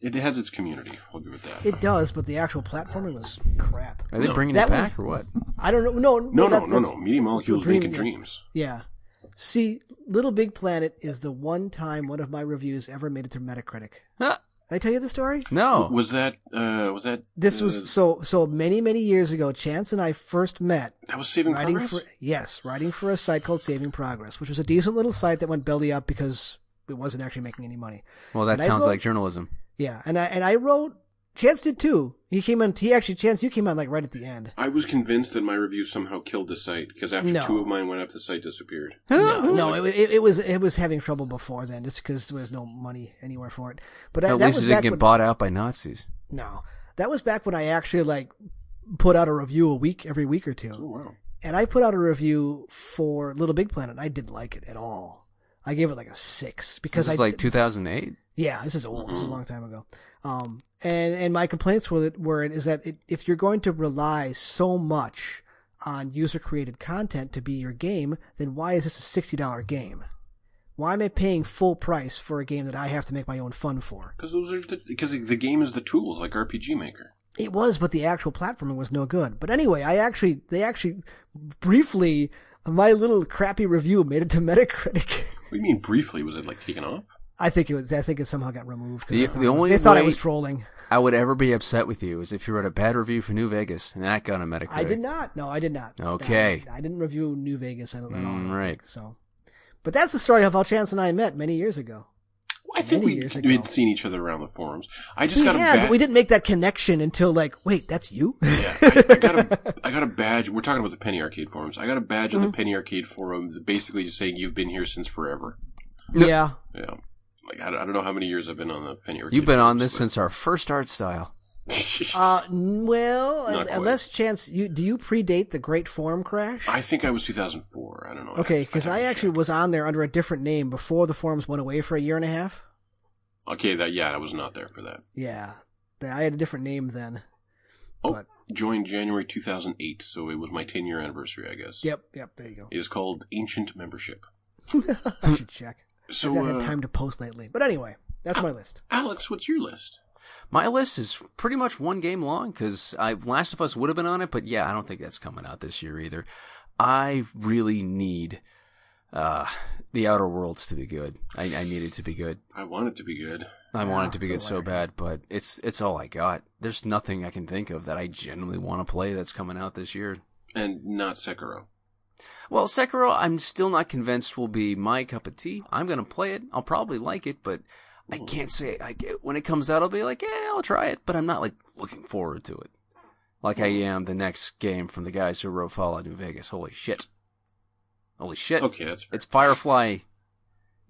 A: it has its community. I'll give it that.
B: It does, but the actual platforming was crap.
C: Are they
A: No.
C: bringing
B: That
C: it back
B: was-
C: or what?
B: I don't know.
A: no,
B: No,
A: no,
B: that-
A: no,
B: that's-
A: no. Media Molecule's
B: Dream-
A: making dreams.
B: Yeah. See, Little Big Planet is the one time one of my reviews ever made it to Metacritic.
C: Huh.
B: Did I tell you the story?
C: No.
A: Was that? Uh, was that?
B: This
A: uh,
B: was so so many many years ago. Chance and I first met
A: that was Saving
B: writing
A: Progress.
B: for yes, writing for a site called Saving Progress, which was a decent little site that went belly up because it wasn't actually making any money.
C: well, that
B: and I
C: sounds
B: wrote-
C: like journalism.
B: Yeah, and I and I wrote. Chance did too. He came in. He actually Chance, you came on like right at the end.
A: I was convinced that my review somehow killed the site because after
B: No.
A: two of mine went up, the site disappeared.
B: No, no, it, it, it was it was having trouble before then, just because there was no money anywhere for it. But I,
C: At
B: that
C: least
B: was
C: it
B: back
C: didn't get
B: when,
C: bought out by Nazis.
B: No, that was back when I actually like put out a review a week, every week or two.
A: Oh wow!
B: and I put out a review for Little Big Planet. and I didn't like it at all. I gave it like a six because
C: This is
B: I
C: like 2008.
B: yeah, this is old. This is a
C: Mm-hmm.
B: long time ago. Um, and and my complaints with it were it is that it, if you're going to rely so much on user created content to be your game, then why is this a sixty dollar game? Why am I paying full price for a game that I have to make my own fun for?
A: Because those are because the game is the tools like RPG Maker.
B: It was, but the actual platforming was no good. But anyway, I actually, they actually briefly, my little crappy review made it to Metacritic.
A: What do you mean briefly? Was it like taken off?
B: I think it was, I think it somehow got removed. 'cause
C: The-
B: I thought
C: the
B: it was-
C: only
B: they thought I
C: way-
B: was trolling.
C: I would ever be upset with you is if you wrote a bad review for New Vegas and that got a Metacritic.
B: I did not. No, I did not.
C: Okay.
B: I, I didn't review New Vegas at, at all.
C: Mm, right.
B: So, but that's the story of how Chance and I met many years ago.
A: I think
B: Many
A: we
B: years
A: we
B: ago.
A: had seen each other around the forums. I just
B: we
A: got
B: had,
A: a badge.
B: but we didn't make that connection until like, wait, that's you?
A: Yeah, I, I got a I got a badge. We're talking about the Penny Arcade forums. I got a badge
B: Mm-hmm.
A: on the Penny Arcade forum, that basically just saying you've been here since forever.
B: yeah.
A: Yeah, like I, don't- I don't know how many years I've been on the Penny Arcade.
C: You've been on this
A: forums,
C: since our first art style.
A: but-
B: Uh, n- well,
A: Not
B: un-
A: quite.
B: unless Chance, you, do you predate the Great Forum Crash?
A: I think I was 2004. I don't know.
B: Okay, because I
A: haven't
B: actually was on there under a different name before the forums went away for a year and a half.
A: checked. okay. That yeah, I was not there for that.
B: Yeah, Th- I had a different name then.
A: Oh,
B: But-
A: joined January 2008, so it was my 10 year anniversary, I guess.
B: Yep, yep. There you go.
A: It is called Ancient Membership.
B: I should check.
A: Hmm. So,
B: I've not
A: uh,
B: had time to post lately. But anyway, that's my list.
A: Alex, what's your list?
C: My list is pretty much one game long because Last of Us would have been on it, but yeah, I don't think that's coming out this year either. I really need uh, the Outer Worlds to be good. I, I need it to be good.
A: I want it to be good.
C: I
B: Yeah,
C: want it to be
B: so
C: good so
B: whatever.
C: bad, but it's it's all I got. There's nothing I can think of that I genuinely want to play that's coming out this year.
A: And not Sekiro.
C: Well, Sekiro, I'm still not convinced will be my cup of tea. I'm gonna play it. I'll probably like it, but I can't say. I get, when it comes out, I'll be like, yeah, I'll try it, but I'm not like looking forward to it, like I
A: Mm.
C: am the next game from the guys who wrote Fallout New Vegas. Holy shit! Holy shit!
A: Okay, that's fair.
C: It's Firefly,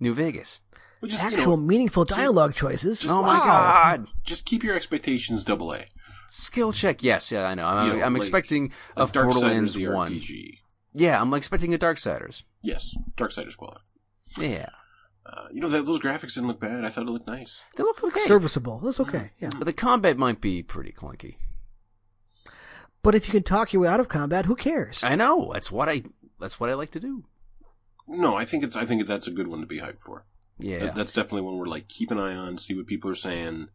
C: New Vegas.
A: Which is, you know,
B: Actual meaningful dialogue choices.
A: just-
C: oh my
A: wow.
C: god!
A: just keep your expectations double A.
C: Skill check. Yes, yeah, I know. I'm,
A: You know,
C: I'm
A: like-
C: expecting
A: Like
C: of
A: Darksiders,
C: Borderlands
A: the
C: One.
A: RPG.
C: Yeah, I'm expecting a Darksiders.
A: Yes, Darksiders Squad.
C: Yeah,
A: Uh, you know, that, those graphics didn't look bad. I thought it looked nice.
C: they look okay,
B: Serviceable. That's okay. Yeah.
C: but the combat might be pretty clunky.
B: But if you can talk your way out of combat, who cares?
C: I know. That's what I. That's what I like to do.
A: No, I think it's. I think that's a good one to be hyped for.
C: Yeah.
A: That- that's definitely one we're like keep an eye on, see what people are saying,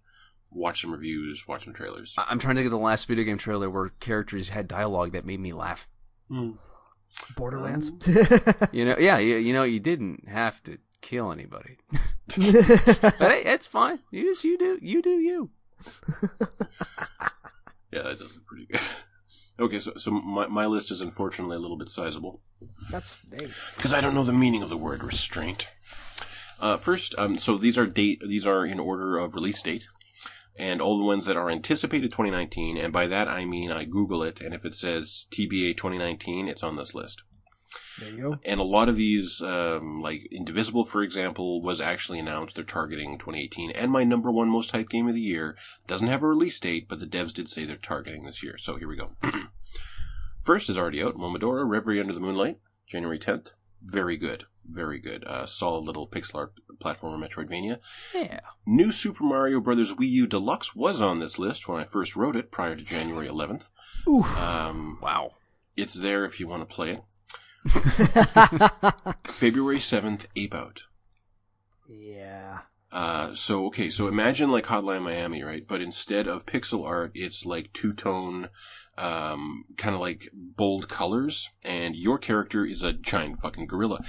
A: watch some reviews, watch some trailers.
C: I- I'm trying to think of the last video game trailer where characters had dialogue that made me laugh.
B: Hmm.
A: Mm.
B: Borderlands.
C: You know, yeah, you, you know, you didn't have to kill anybody, but hey, it's fine. You just you do you do you.
A: Yeah, that does look pretty good. okay, so so my my list is unfortunately a little bit sizable.
B: that's hey,
A: because I don't know the meaning of the word restraint. Uh, first, um, so these are date; these are in order of release date, and all the ones that are anticipated 2019. And by that I mean I Google it, and if it says TBA 2019, it's on this list.
B: There you go.
A: And a lot of these, um, like Indivisible, for example, was actually announced. They're targeting 2018. And my number one most hyped game of the year doesn't have a release date, but the devs did say they're targeting this year. So here we go. First is already out Momodora, Reverie Under the Moonlight, January 10th. Very good. Very good. Uh, solid little pixel art platformer Metroidvania.
C: Yeah.
A: New Super Mario Bros. Wii U Deluxe was on this list when I first wrote it prior to January 11th.
B: Oof.
A: Um,
C: Mm, Wow.
A: it's there if you want to play it. February 7th, Ape Out.
B: yeah.
A: Uh, so okay, so imagine like Hotline Miami, right? But instead of pixel art, it's like two tone, um, kind of like bold colors, and your character is a giant fucking gorilla.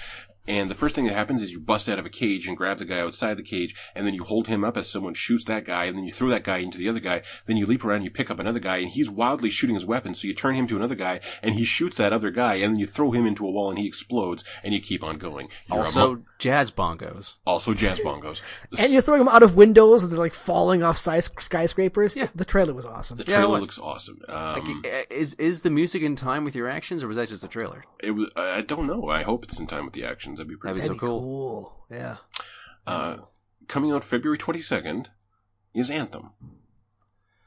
A: And the first thing that happens is you bust out of a cage and grab the guy outside the cage, and then you hold him up as someone shoots that guy, and then you throw that guy into the other guy. Then you leap around, you pick up another guy, and he's wildly shooting his weapon, so you turn him to another guy, and he shoots that other guy, and then you throw him into a wall, and he explodes, and you keep on going. You're a mon-
C: Also, jazz bongos.
A: also jazz bongos.
B: And you're throwing them out of windows and they're like falling off skys- skyscrapers. Yeah. The trailer was awesome.
A: The
C: Yeah, it
A: trailer
C: was.
A: looks awesome.
C: Like,
A: Um,
C: i- is is the music in time with your actions, or was that just a trailer?
A: it was. I I don't know. I hope it's in time with the actions. That'd be pretty.
C: That'd
A: cool.
C: so
B: That'd be
C: cool.
B: cool. Yeah.
A: Uh, coming out February twenty second is Anthem.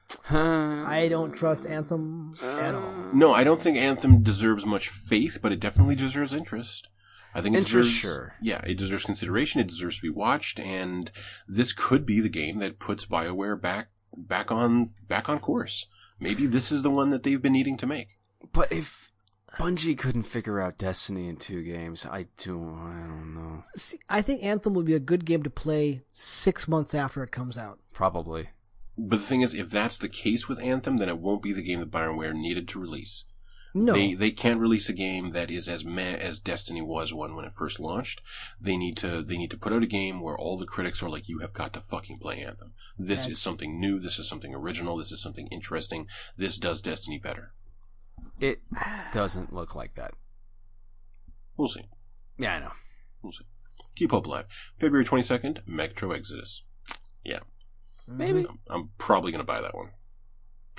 C: Mm. Huh.
B: I don't trust Anthem at all.
A: No, I don't think Anthem deserves much faith, but it definitely deserves interest. I think it
C: Interest,
A: deserves,
C: sure.
A: yeah, it deserves consideration. It deserves to be watched, and this could be the game that puts Bioware back back on back on course. Maybe this is the one that they've been needing to make.
C: But if Bungie couldn't figure out Destiny in two games, I do. I don't know.
B: See, I think Anthem would be a good game to play six months after it comes out.
C: Probably.
A: But the thing is, if that's the case with Anthem, then it won't be the game that Bioware needed to release.
B: No.
A: They they can't release a game that is as meh as Destiny was one when it first launched. They need to they need to put out a game where all the critics are like, "You have got to fucking play Anthem. This is
B: That's-
A: something new. This is something original. This is something interesting. This does Destiny better."
C: It doesn't look like that.
A: We'll see.
C: Yeah, I know.
A: We'll see. Keep hope alive. February twenty second, Metro Exodus.
C: Maybe.
A: I'm, I'm probably gonna buy that one,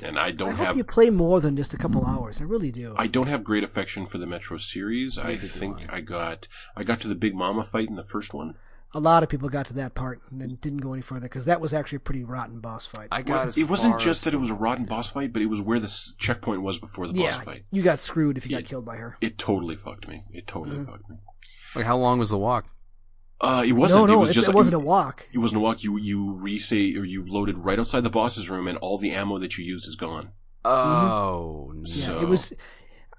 A: and I
B: Mm-hmm. I
A: don't
B: hope
A: have
B: you play more than just a couple hours. I really do.
A: I don't have great affection for the Metro series. I
C: Neither do
A: think
C: I.
A: I got I got to the Big Mama fight in the first one.
B: a lot of people got to that part and then didn't go any further because that was actually a pretty rotten boss fight.
C: I got. as
A: it wasn't
C: far
A: just
C: as-
A: that it was a rotten boss fight, but it was where the s- checkpoint was before the
B: yeah,
A: boss fight.
B: you got screwed if you got
A: Yeah.
B: killed by her.
A: It totally fucked me. It totally
B: Mm-hmm.
A: fucked me.
C: Like, how long was the walk?
A: Uh, it wasn't.
B: no, no,
A: it was
B: it's-
A: just.
B: it wasn't a walk.
A: It wasn't a walk. You you resave or you loaded right outside the boss's room, and all the ammo that you used is gone.
C: Oh no!
A: Mm-hmm. Yeah,
B: It was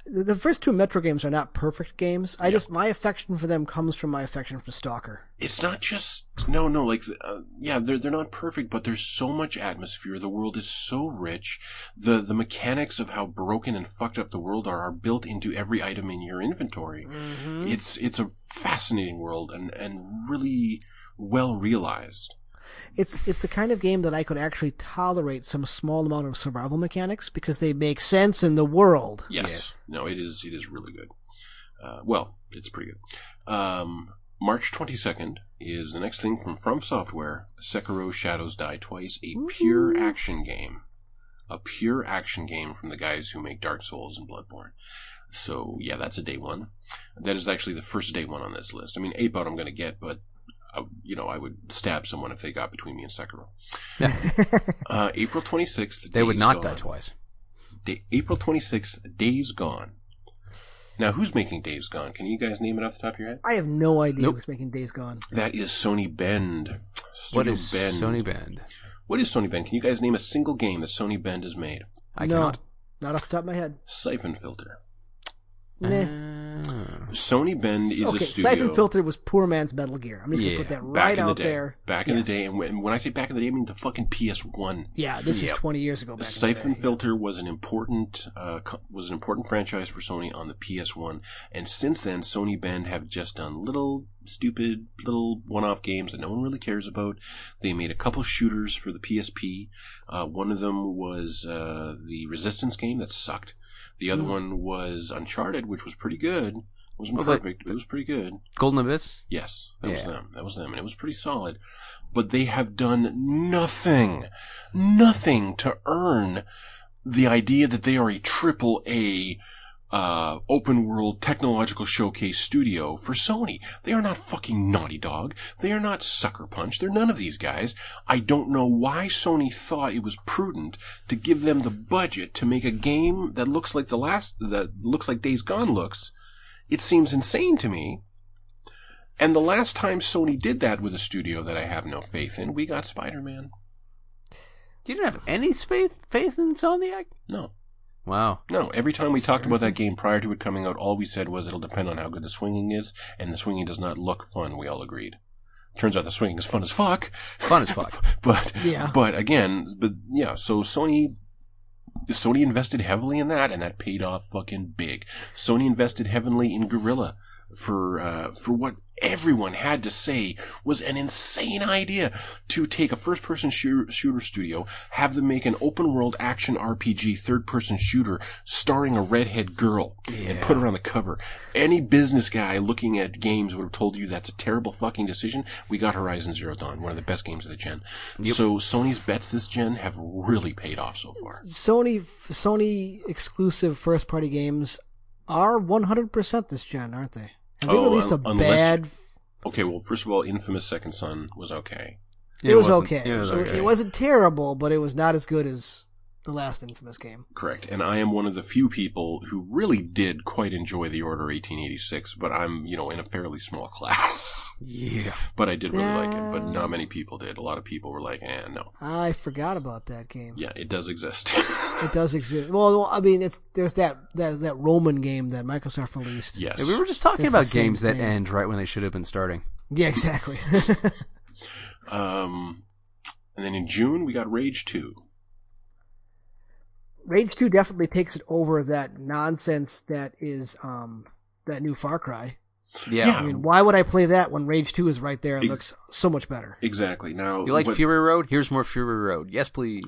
B: the the first two Metro games are not perfect games. I
A: Yeah.
B: just my affection for them comes from my affection for Stalker.
A: It's not just no, no. Like, uh, yeah, they're they're not perfect, but there's so much atmosphere. The world is so rich. The the mechanics of how broken and fucked up the world are are built into every item in your inventory. It's it's a fascinating world and and really well realized.
B: It's it's the kind of game that I could actually tolerate some small amount of survival mechanics because they make sense in the world.
A: Yes.
C: Yes.
A: No, it is. It is really good. Uh, well, it's pretty good. Um, March 22nd is the next thing from From Software, Sekiro Shadows Die Twice, a pure action game. A pure action game from the guys who make Dark Souls and Bloodborne. So, yeah, that's a day one. That is actually the first day one on this list. I mean, Ape Out I'm going to get, but, uh, you know, I would stab someone if they got between me and Sekiro. uh, April 26th.
C: They would
A: Days
C: not die
A: Gone.
C: twice.
A: Day, April 26th, Days Gone. Now, who's making Days Gone? Can you guys name it off the top of your head?
B: I have no idea
C: Nope.
B: who's making Days Gone.
A: That is Sony Bend.
C: What
A: Studio
C: is
A: Bend.
C: Sony Bend?
A: What is Sony Bend? Can you guys name a single game that Sony Bend has made?
C: I
B: no,
C: cannot.
B: not off the top of my head.
A: Siphon Filter. Uh,
B: Meh.
C: Ah.
A: Sony Bend is
B: okay,
A: a studio.
B: Siphon Filter was poor man's Metal Gear. I'm just
C: Yeah,
B: gonna put that
A: back
B: right
A: in
B: out
A: the day.
B: there.
A: Back in the day, and when, when I say back in the day, I mean the fucking PS1.
B: Yeah, this
A: Yep.
B: is 20 years ago. Back in
A: Siphon
B: the day.
A: Filter was an important uh, co- was an important franchise for Sony on the PS1, and since then, Sony Bend have just done little stupid little one-off games that no one really cares about. They made a couple shooters for the PSP. Uh, one of them was uh, the Resistance game that sucked. The other one was Uncharted, which was pretty good. It
C: Hmm.
A: wasn't
C: Well, but-
A: perfect, but it was pretty good.
C: Golden Abyss.
A: Yes, that was
C: Yeah.
A: them. That was them, and it was pretty solid. But they have done nothing, nothing to earn the idea that they are a triple A uh, open world technological showcase studio for Sony. They are not fucking Naughty Dog. They are not Sucker Punch. They're none of these guys. I don't know why Sony thought it was prudent to give them the budget to make a game that looks like the last, that looks like Days Gone looks. It seems insane to me. And the last time Sony did that with a studio that I have no faith in, we got Spider-Man.
C: You didn't have any faith faith in Insomniac.
A: No.
C: Wow.
A: No, every time we talked about that game prior to it coming out, all we said was it'll depend on how good the swinging is, and the swinging does not look fun. We all agreed. Turns out the swinging is fun as fuck,
C: Fun as fuck.
A: but
B: Yeah.
A: but again, but yeah. So Sony, Sony invested heavily in that, and that paid off fucking big. Sony invested heavily in Gorilla for uh, for what everyone had to say was an insane idea to take a first person shooter, shooter studio, have them make an open world action RPG third person shooter starring a redhead girl and put her on the cover. Any business guy looking at games would have told you that's a terrible fucking decision. We got Horizon Zero Dawn, one of the best games of the gen. So Sony's bets this gen have really paid off so far.
B: Sony Sony exclusive first party games are 100% this gen, aren't they? Have they
A: Oh,
B: released a
A: un- unless-
B: bad
A: Okay, well, first of all, Infamous Second Son was okay.
B: it, was
C: wasn't-
B: okay.
C: It was
B: So
C: okay.
B: It wasn't terrible, but it was not as good as the last Infamous game.
A: Correct. And I am one of the few people who really did quite enjoy the Order 1886, but I'm, you know, in a fairly small class.
C: Yeah.
A: But I did really like it, but not many people did. A lot of people were like, eh, no.
B: I forgot about that game.
A: Yeah, it does exist.
B: It does exist. Well, I mean, it's there's that, that that Roman game that Microsoft released.
A: yes.
C: we were just talking
B: It's the
C: about
B: same
C: games that
B: thing.
C: end right when they should have been starting.
B: Yeah, exactly.
A: Um, and then in June, we got Rage 2.
B: Rage 2 definitely takes it over that nonsense that is um that new Far Cry.
C: Yeah.
B: I
A: Yeah.
B: mean, why would I play that when Rage 2 is right there and
A: Ex-
B: looks so much better?
A: Exactly. Now,
C: You like
A: what,
C: Fury Road? Here's more Fury Road. Yes, please.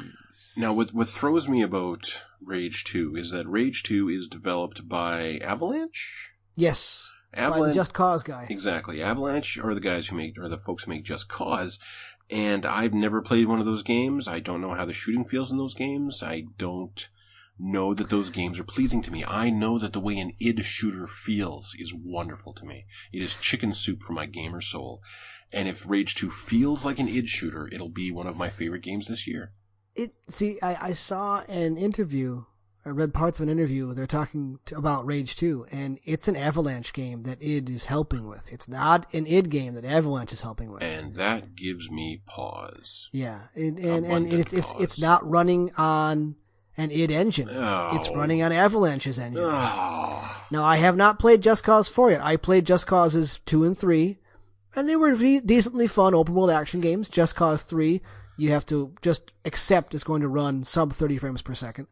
A: now what, what throws me about Rage 2 is that Rage 2 is developed by Avalanche?
B: Yes. By the
A: Avalanche.
B: Just Cause guy.
A: Exactly. Avalanche are the guys who make, are the folks who make Just Cause. And I've never played one of those games. I don't know how the shooting feels in those games. I don't know that those games are pleasing to me. I know that the way an id shooter feels is wonderful to me. It is chicken soup for my gamer soul. And if Rage 2 feels like an id shooter, it'll be one of my favorite games this year.
B: It see I, I saw an interview I read parts of an interview. They're talking to, about Rage 2, and it's an Avalanche game that id is helping with. It's not an id game that Avalanche is helping with.
A: And that gives me pause.
B: Yeah, and and, and
A: Abundant
B: it's it's it's
A: cause.
B: not running on an id engine. It's
A: No.
B: running on Avalanche's engine.
A: Ah.
B: Now I have not played Just Cause 4 yet. I played Just Causes 2 and 3, and they were de- decently fun open world action games. Just Cause 3, you have to just accept it's going to run sub 30 frames per second.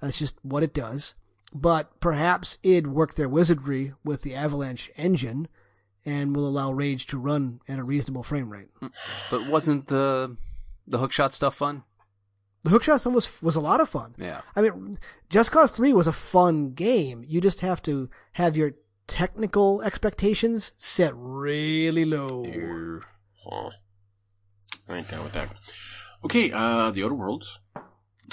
B: That's just what it does. But perhaps id worked their wizardry with the Avalanche engine and will allow Rage to run at a reasonable frame rate.
C: But wasn't the the hookshot stuff fun?
B: The hookshot stuff was was a lot of fun.
C: Yeah.
B: I mean, Just Cause 3 was a fun game. You just have to have your technical expectations set really low.
A: Err. Huh. I ain't down with that. Okay, uh, The Outer Worlds,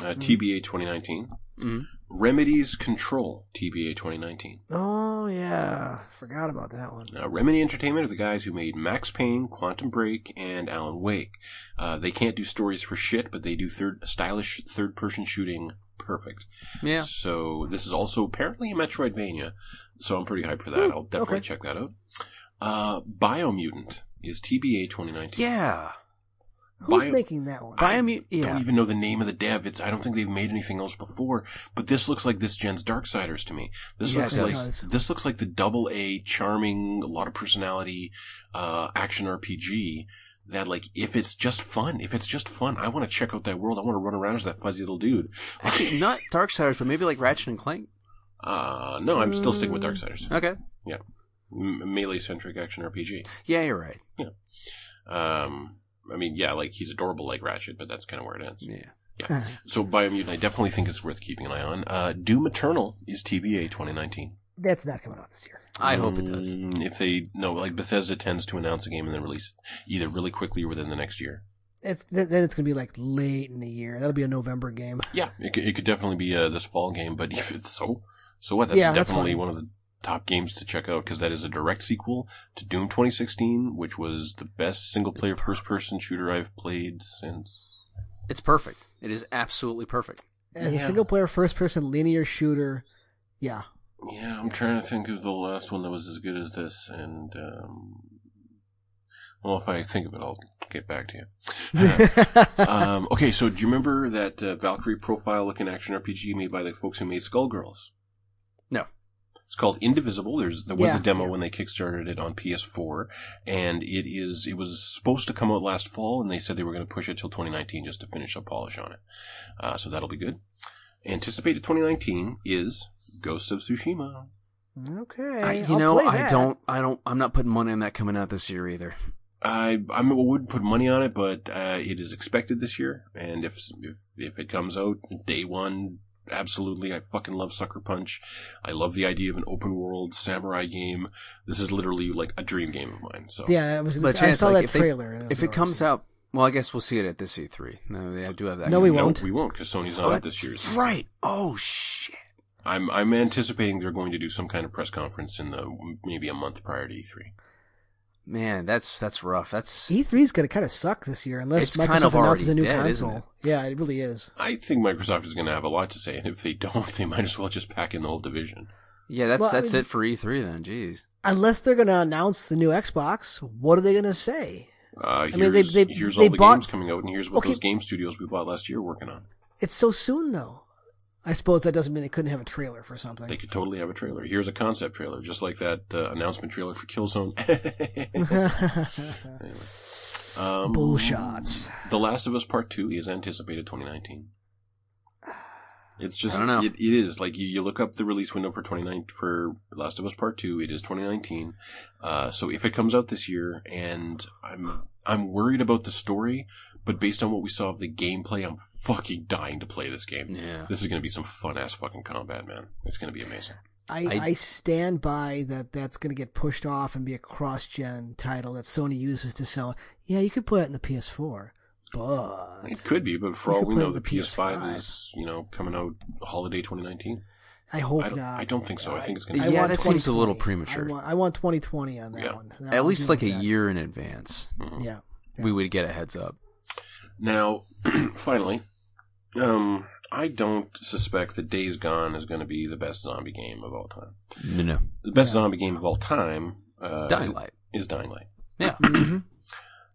A: uh, TBA 2019.
C: Mhm.
A: Remedies Control, TBA 2019.
B: Oh, yeah. Forgot about that one.
A: Uh, Remedy Entertainment are the guys who made Max Payne, Quantum Break, and Alan Wake. Uh, they can't do stories for shit, but they do third stylish third person shooting perfect.
C: Yeah.
A: So this is also apparently a Metroidvania. So I'm pretty hyped for that. I'll definitely
B: okay.
A: check that out. Uh, Biomutant is TBA 2019.
C: Yeah.
B: Who's
A: Bio-
B: making that one?
A: I
C: Biomu- yeah.
A: don't even know the name of the dev. It's I don't think they've made anything else before. But this looks like this gen's Darksiders to me. This
C: Yeah,
A: looks
C: it
A: like
B: does.
A: this looks like the double A charming, a lot of personality, uh, action RPG. That like if it's just fun, if it's just fun, I want to check out that world. I want to run around as that fuzzy little dude.
C: Actually, not Darksiders, but maybe like Ratchet and Clank.
A: Uh, no, I'm still sticking with Darksiders.
C: Hmm. Okay.
A: Yeah, M- melee centric action RPG.
C: Yeah, you're right.
A: Um, I mean, yeah, like he's adorable like Ratchet, but that's kind of where it ends.
C: Yeah.
A: Yeah. so Biomutant, I definitely think it's worth keeping an eye on. Uh, Doom Eternal is TBA 2019.
B: That's not coming out this year.
C: I hope it does.
A: Mm, If they no, like Bethesda tends to announce a game and then release it either really quickly or within the next year.
B: It's then it's gonna be like late in the year. That'll be a November game.
A: Yeah, it could, it could definitely be uh, this fall game, but if it's so, so what? That's
B: Yeah, that's
A: definitely
B: fine.
A: one of the top games to check out because that is a direct sequel to Doom 2016, which was the best single player first person shooter I've played since.
C: It's perfect. It is absolutely perfect.
B: As a
A: Yeah.
B: single player first person linear shooter, yeah.
A: Yeah, I'm trying to think of the last one that was as good as this, and um, well, if I think of it, I'll get back to you. um, okay, so do you remember that uh, Valkyrie profile looking action RPG made by the folks who made Skullgirls?
C: No.
A: It's called Indivisible. There's there was
B: Yeah,
A: a demo
B: yeah.
A: when they kickstarted it on PS4, and it is it was supposed to come out last fall, and they said they were going to push it till 2019 just to finish a polish on it. Uh, so that'll be good. Anticipated 2019 is Ghost of Tsushima.
B: Okay.
C: I, you
B: I'll
C: know,
B: play
C: I
B: that.
C: don't, I don't, I'm not putting money on that coming out this year either.
A: I I wouldn't put money on it, but uh, it is expected this year. And if if if it comes out day one, absolutely, I fucking love Sucker Punch. I love the idea of an open world samurai game. This is literally like a dream game of mine. So
B: Yeah, it was.
C: But
B: I
C: chance,
B: saw
C: like,
B: that
C: if they-
B: trailer. and
C: if
B: was
C: it comes
B: awesome.
C: out, well, I guess we'll see it at this E3. No, they do have that.
B: No,
C: game.
B: we
A: No,
B: won't.
A: we won't because Sony's not
C: Oh,
A: out this E year.
C: that's Right. Oh shit.
A: I'm I'm anticipating they're going to do some kind of press conference in the maybe a month prior to E E3.
C: Man, that's that's rough. That's
B: E3 E is going to kind of suck this year unless
C: It's
B: Microsoft
C: kind of
B: announces
C: already
B: a new
C: dead, isn't
B: console. Yeah, it really is.
A: I think Microsoft is going to have a lot to say, and if they don't, they might as well just pack in the whole division.
C: yeah, that's
B: Well, I
C: that's
B: mean-
C: it for E3 then. Jeez.
B: Unless they're going to announce the new Xbox, what are they going to say?
A: Uh, here's,
B: mean, they- they-
A: here's
B: they
A: all the
B: bought-
A: games coming out, and here's what
B: Okay.
A: those game studios we bought last year are working on.
B: It's so soon though. I suppose that doesn't mean they couldn't have a trailer for something.
A: They could totally have a trailer. Here's a concept trailer, just like that uh, announcement trailer for Killzone. anyway. um,
B: Bullshots.
A: The Last of Us Part Two is anticipated 2019. It's just
C: I don't know.
A: It, it is like you, you look up the release window for 29 for Last of Us Part Two. It is 2019. Uh, so if it comes out this year, and I'm I'm worried about the story, but based on what we saw of the gameplay, I'm fucking dying to play this game.
C: Yeah.
A: This is gonna be some fun ass fucking combat, man. It's gonna be amazing.
B: I, I
C: I-
B: stand by that. That's going to get pushed off and be a cross-gen title that Sony uses to sell. Yeah, you could play it in the PS4, but
A: It could be, but for
B: You
A: all
B: could
A: we
B: play
A: know,
B: it
A: the
B: with the
A: PS5,
B: PS5.
A: is you know coming out holiday 2019.
B: I hope
A: I don't-
B: not.
A: I don't think so. I think it's gonna-
C: Yeah,
B: want
C: that seems a little
B: 2020.
C: premature.
B: I want, I want 2020 on that
A: Yeah.
B: one. That
C: at
B: one
C: least
B: deal
C: like a
B: with that.
C: year in advance,
A: Mhm.
B: Yeah.
C: we would get a heads up.
A: Now, finally, um, I don't suspect that Days Gone is going to be the best zombie game of all time.
C: No, no.
A: The best zombie game of all time, uh,
C: Dying Light.
A: is Dying Light.
C: Yeah.
B: Mhm.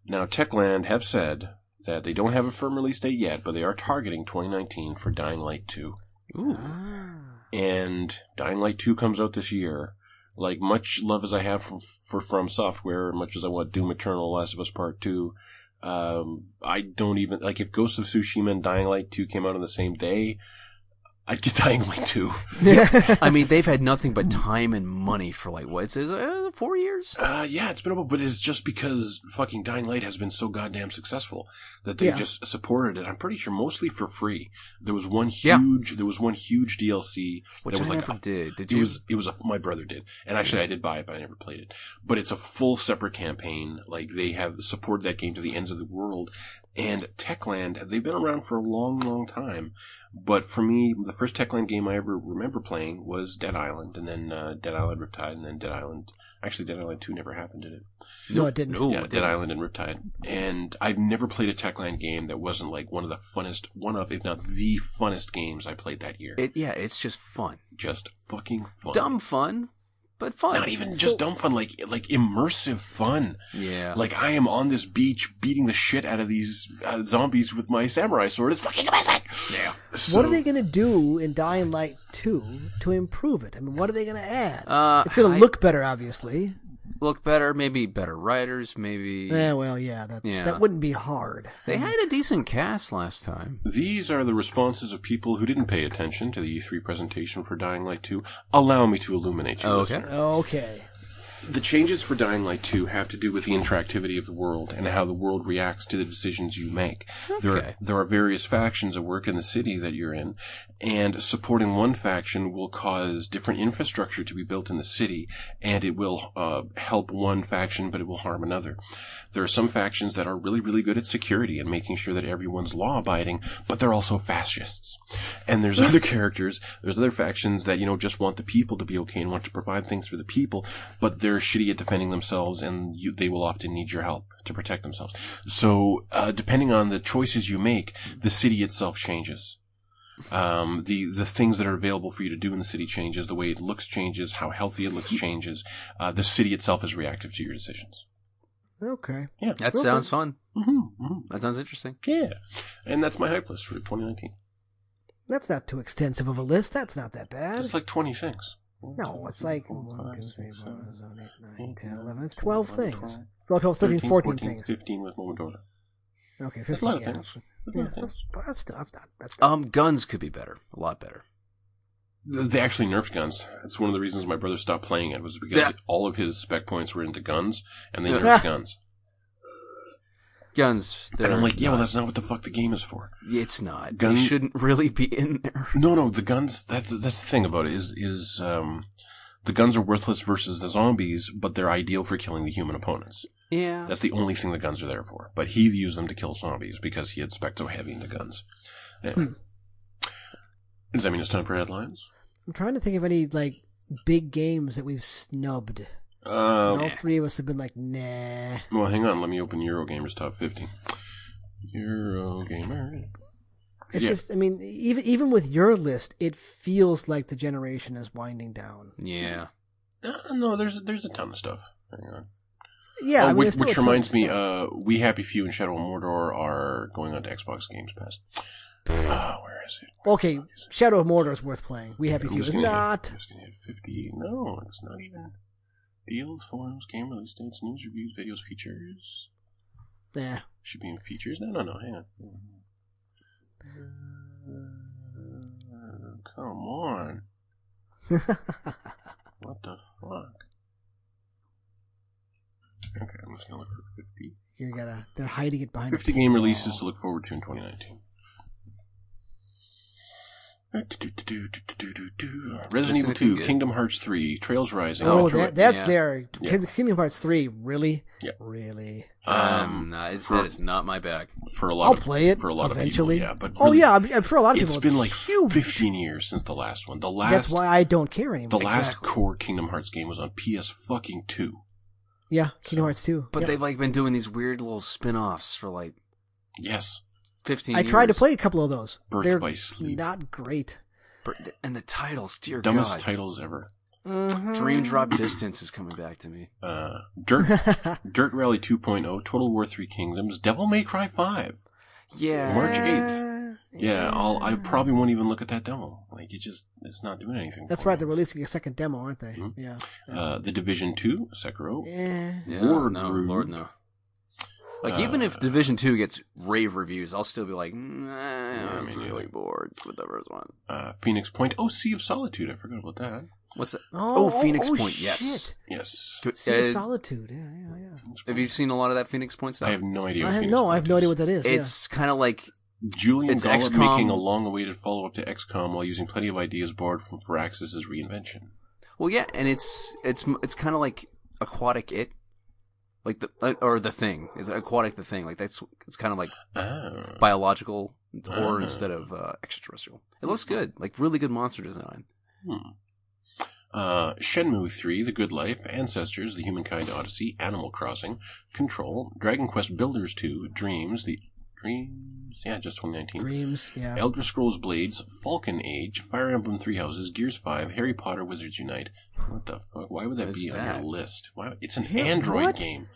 A: Now, Techland have said that they don't have a firm release date yet, but they are targeting 2019 for Dying Light 2.
C: Ooh.
B: Ah.
A: and Dying Light 2 comes out this year. Like, much love as I have for, for From Software, much as I want Doom Eternal, Last of Us Part 2, um, I don't even, like, if Ghost of Tsushima and Dying Light 2 came out on the same day, I'd get Dying Light 2.
C: I mean, they've had nothing but time and money for like what? It's, it's, uh, four years.
A: Uh, yeah, it's been a while, but it's just because fucking Dying Light has been so goddamn successful that they
B: Yeah.
A: just supported it. I'm pretty sure mostly for free. There was one
C: Yeah.
A: huge, there was one huge DLC
C: Which
A: that was
C: I
A: like
C: never
A: a
C: did. Did
A: It
C: you?
A: was it was a my brother did, and actually I did buy it, but I never played it. But it's a full separate campaign. Like they have supported that game to the ends of the world. And Techland, they've been around for a long, long time. But for me, the first Techland game I ever remember playing was Dead Island, and then uh, Dead Island Riptide, and then Dead Island. Actually, Dead Island Two never happened, did it?
B: No, it didn't.
C: No,
A: yeah,
C: it
A: Dead
C: didn't.
A: Island and Riptide. And I've never played a Techland game that wasn't like one of the funnest, one of if not the funnest games I played that year.
C: It, yeah, it's just fun,
A: Just fucking fun.
C: dumb fun, but fun.
A: not even just dumb fun, like like immersive fun.
C: Yeah.
A: Like I am on this beach beating the shit out of these uh, zombies with my samurai sword. It's fucking amazing. Yeah. So,
B: what are they going to do in Dying Light 2 to improve it? I mean, what are they going to add?
C: Uh,
B: it's going
C: I-
B: to look better, obviously.
C: look better, maybe better writers, maybe
B: Yeah, well, yeah, that's,
C: Yeah.
B: that wouldn't be hard.
C: they had a decent cast last time.
A: These are the responses of people who didn't pay E attention to the E3 presentation for Dying Light 2. Allow me to illuminate you,
C: Oh, okay.
A: listener.
B: Okay.
A: The changes for Dying Light 2 have to do with the interactivity of the world and how the world reacts to the decisions you make. There,
C: Okay.
A: are, there are various factions at work in the city that you're in, and supporting one faction will cause different infrastructure to be built in the city, and it will uh, help one faction, but it will harm another. There are some factions that are really, really good at security and making sure that everyone's law abiding, but they're also fascists. And there's other characters, there's other factions that, you know, just want the people to be okay and want to provide things for the people, but they're shitty at defending themselves and you, they will often need your help to protect themselves. So, uh, depending on the choices you make, the city itself changes. Um, the, the things that are available for you to do in the city changes, the way it looks changes, how healthy it looks changes. Uh, the city itself is reactive to your decisions.
B: Okay.
A: Yeah.
C: That
B: Okay.
C: sounds fun.
A: Mm-hmm, mm-hmm.
C: That sounds interesting.
A: Yeah. And that's my hype list for 2019.
B: That's not too extensive of a list. That's not that bad.
A: It's like 20 things.
B: no, it's like
A: Four,
B: one,
A: five,
B: two, three,
A: six,
B: four,
A: seven,
B: seven, eight, nine,
A: eight,
B: 10,
A: nine,
B: 11. It's
A: 12,
B: 12 things.
A: 12,
B: 12, 13, 14,
A: 14,
B: things.
A: 15 with Momodora.
B: Okay, 15.
A: That's a lot of
B: yeah,
A: things. That's a
B: yeah,
A: lot of things.
B: that's, that's, that's not. That's not.
C: Um, guns could be better. A lot better.
A: Th- They actually nerfed guns. That's one of the reasons my brother stopped playing it was because
C: Yeah.
A: all of his spec points were into guns, and they
C: Yeah.
A: nerfed guns.
C: Guns.
A: And I'm
C: they're
A: like, yeah, well,
C: not-
A: that's not what the fuck the game is for.
C: It's not.
A: Gun-
C: They shouldn't really be in there.
A: No, no, the guns. That's that's the thing about it is is um, the guns are worthless versus the zombies, but they're ideal for killing the human opponents.
C: Yeah.
A: That's the only thing the guns are there for. But he used them to kill zombies because he had spec so heavy into guns. Anyway.
B: Hmm.
A: Does that mean it's time for headlines?
B: I'm trying to think of any, like, big games that we've snubbed.
A: Um,
B: and all three of us have been like, nah.
A: Well, hang on. Let me open Eurogamer's top 50. Eurogamer.
B: It's
A: Yeah.
B: just, I mean, even even with your list, it feels like the generation is winding down.
C: Yeah.
A: Uh, no, there's there's a ton of stuff. Hang on. Oh,
B: Yeah, I mean,
A: which,
B: there's still
A: which
B: a ton of
A: reminds me,
B: stuff.
A: uh, We Happy Few and Shadow of Mordor are going on to Xbox Games Pass. Ah, where is it?
B: okay, Shadow of Mordor is worth playing. We Happy
A: I'm
B: Few
A: just
B: is
A: gonna hit-
B: not.
A: I'm just gonna hit 50. No, it's not even. Deals, forums, game release dates, news, reviews, videos, features.
B: Nah.
A: Should be in features. No, no, no. Hang on. Uh, Come on. What the fuck? Okay, I'm just gonna look for 50.
B: You're gonna. They're hiding it behind. a
A: 50 game
B: paywall.
A: releases to look forward to in 2019. Resident Evil
C: looking
A: 2,
C: good.
A: Kingdom Hearts 3, Trails Rising.
B: Oh,
A: Metroid.
B: that, that's
C: yeah.
B: there.
A: Yeah.
B: Kin- Kingdom Hearts three, really,
A: Yeah.
B: really.
C: Um, nah, it's,
A: for,
C: that is not my bag.
A: for a lot
B: I'll
A: of,
B: play it
A: for a lot of
B: eventually.
A: people. Yeah, but
B: oh
A: really,
B: yeah, I'm, I'm sure a lot of people.
A: it's been like
B: huge.
A: 15 years since the last one. The last
B: that's why I don't care
A: the
B: anymore.
A: last
C: Exactly.
A: core Kingdom Hearts game was on PS fucking 2.
B: yeah, Kingdom Hearts two.
C: But
B: yeah.
C: they've like been doing these weird little spin-offs for like
A: Yes.
C: 15
B: I tried to
C: years.
B: play a couple of those.
A: Birth
B: they're
A: by Sleep.
B: not great.
C: But- And the titles, dear
A: Dumbest Mm.
C: God.
A: titles ever.
C: Dream Drop Distance is coming back to me.
A: Uh, Dirt Dirt Rally 2.0, Total War 3 Kingdoms, Devil May Cry 5.
C: Yeah.
A: March
B: Yeah.
A: 8th. Yeah, I'll, I probably won't even look at that demo. Like, it just, it's not doing anything.
B: That's
A: for
B: right.
A: me.
B: They're releasing a second demo, aren't they?
A: Mhm.
B: Yeah.
A: Uh, the Division 2, Sekiro.
B: Yeah.
C: Yeah,
A: Lord
C: no,
A: Groove.
C: Lord no. Like
A: Uh,
C: even if Division Two gets rave reviews, I'll still be like, nah,
A: I
C: I was
A: mean,
C: really
A: yeah.
C: bored with the first one.
A: Uh, Phoenix Point. Oh, Sea of Solitude. I forgot about that.
C: What's that?
B: Oh,
C: Phoenix
B: oh,
C: Point.
B: shit.
C: Yes.
A: Yes.
C: Do-
B: Sea of
C: uh,
B: Solitude. Yeah, yeah, yeah.
A: Phoenix
C: have you
A: Point.
C: seen a lot of that Phoenix Point stuff?
A: I have no idea.
B: I
A: what
B: have,
A: Phoenix
B: no, I have
A: Point
B: no
A: is.
B: idea what that is.
C: it's kind of like
A: Julian
C: It's
A: Gollop
C: XCOM.
A: making a long-awaited follow-up to XCOM while using plenty of ideas borrowed from Firaxis' reinvention.
C: Well, yeah, and it's it's it's kind of like aquatic it, like the like- or the thing is aquatic the thing. Like that's it's kind of like
A: Oh.
C: biological or
A: Ah.
C: instead of uh, extraterrestrial. It
A: Mm-hmm.
C: looks good, like really good monster design.
A: Hmm. Uh, Shenmue 3, The Good Life, Ancestors, The Humankind Odyssey, Animal Crossing, Control, Dragon Quest Builders 2, Dreams, The Dreams, yeah, just 2019.
B: Dreams. Yeah.
A: Elder Scrolls Blades, Falcon Age, Fire Emblem Three Houses, Gears Five, Harry Potter, Wizards Unite. What the fuck? Why would that
C: What is
A: be on
C: that?
A: your list? Why? It's an
B: Yeah,
A: Android
B: what?
A: game.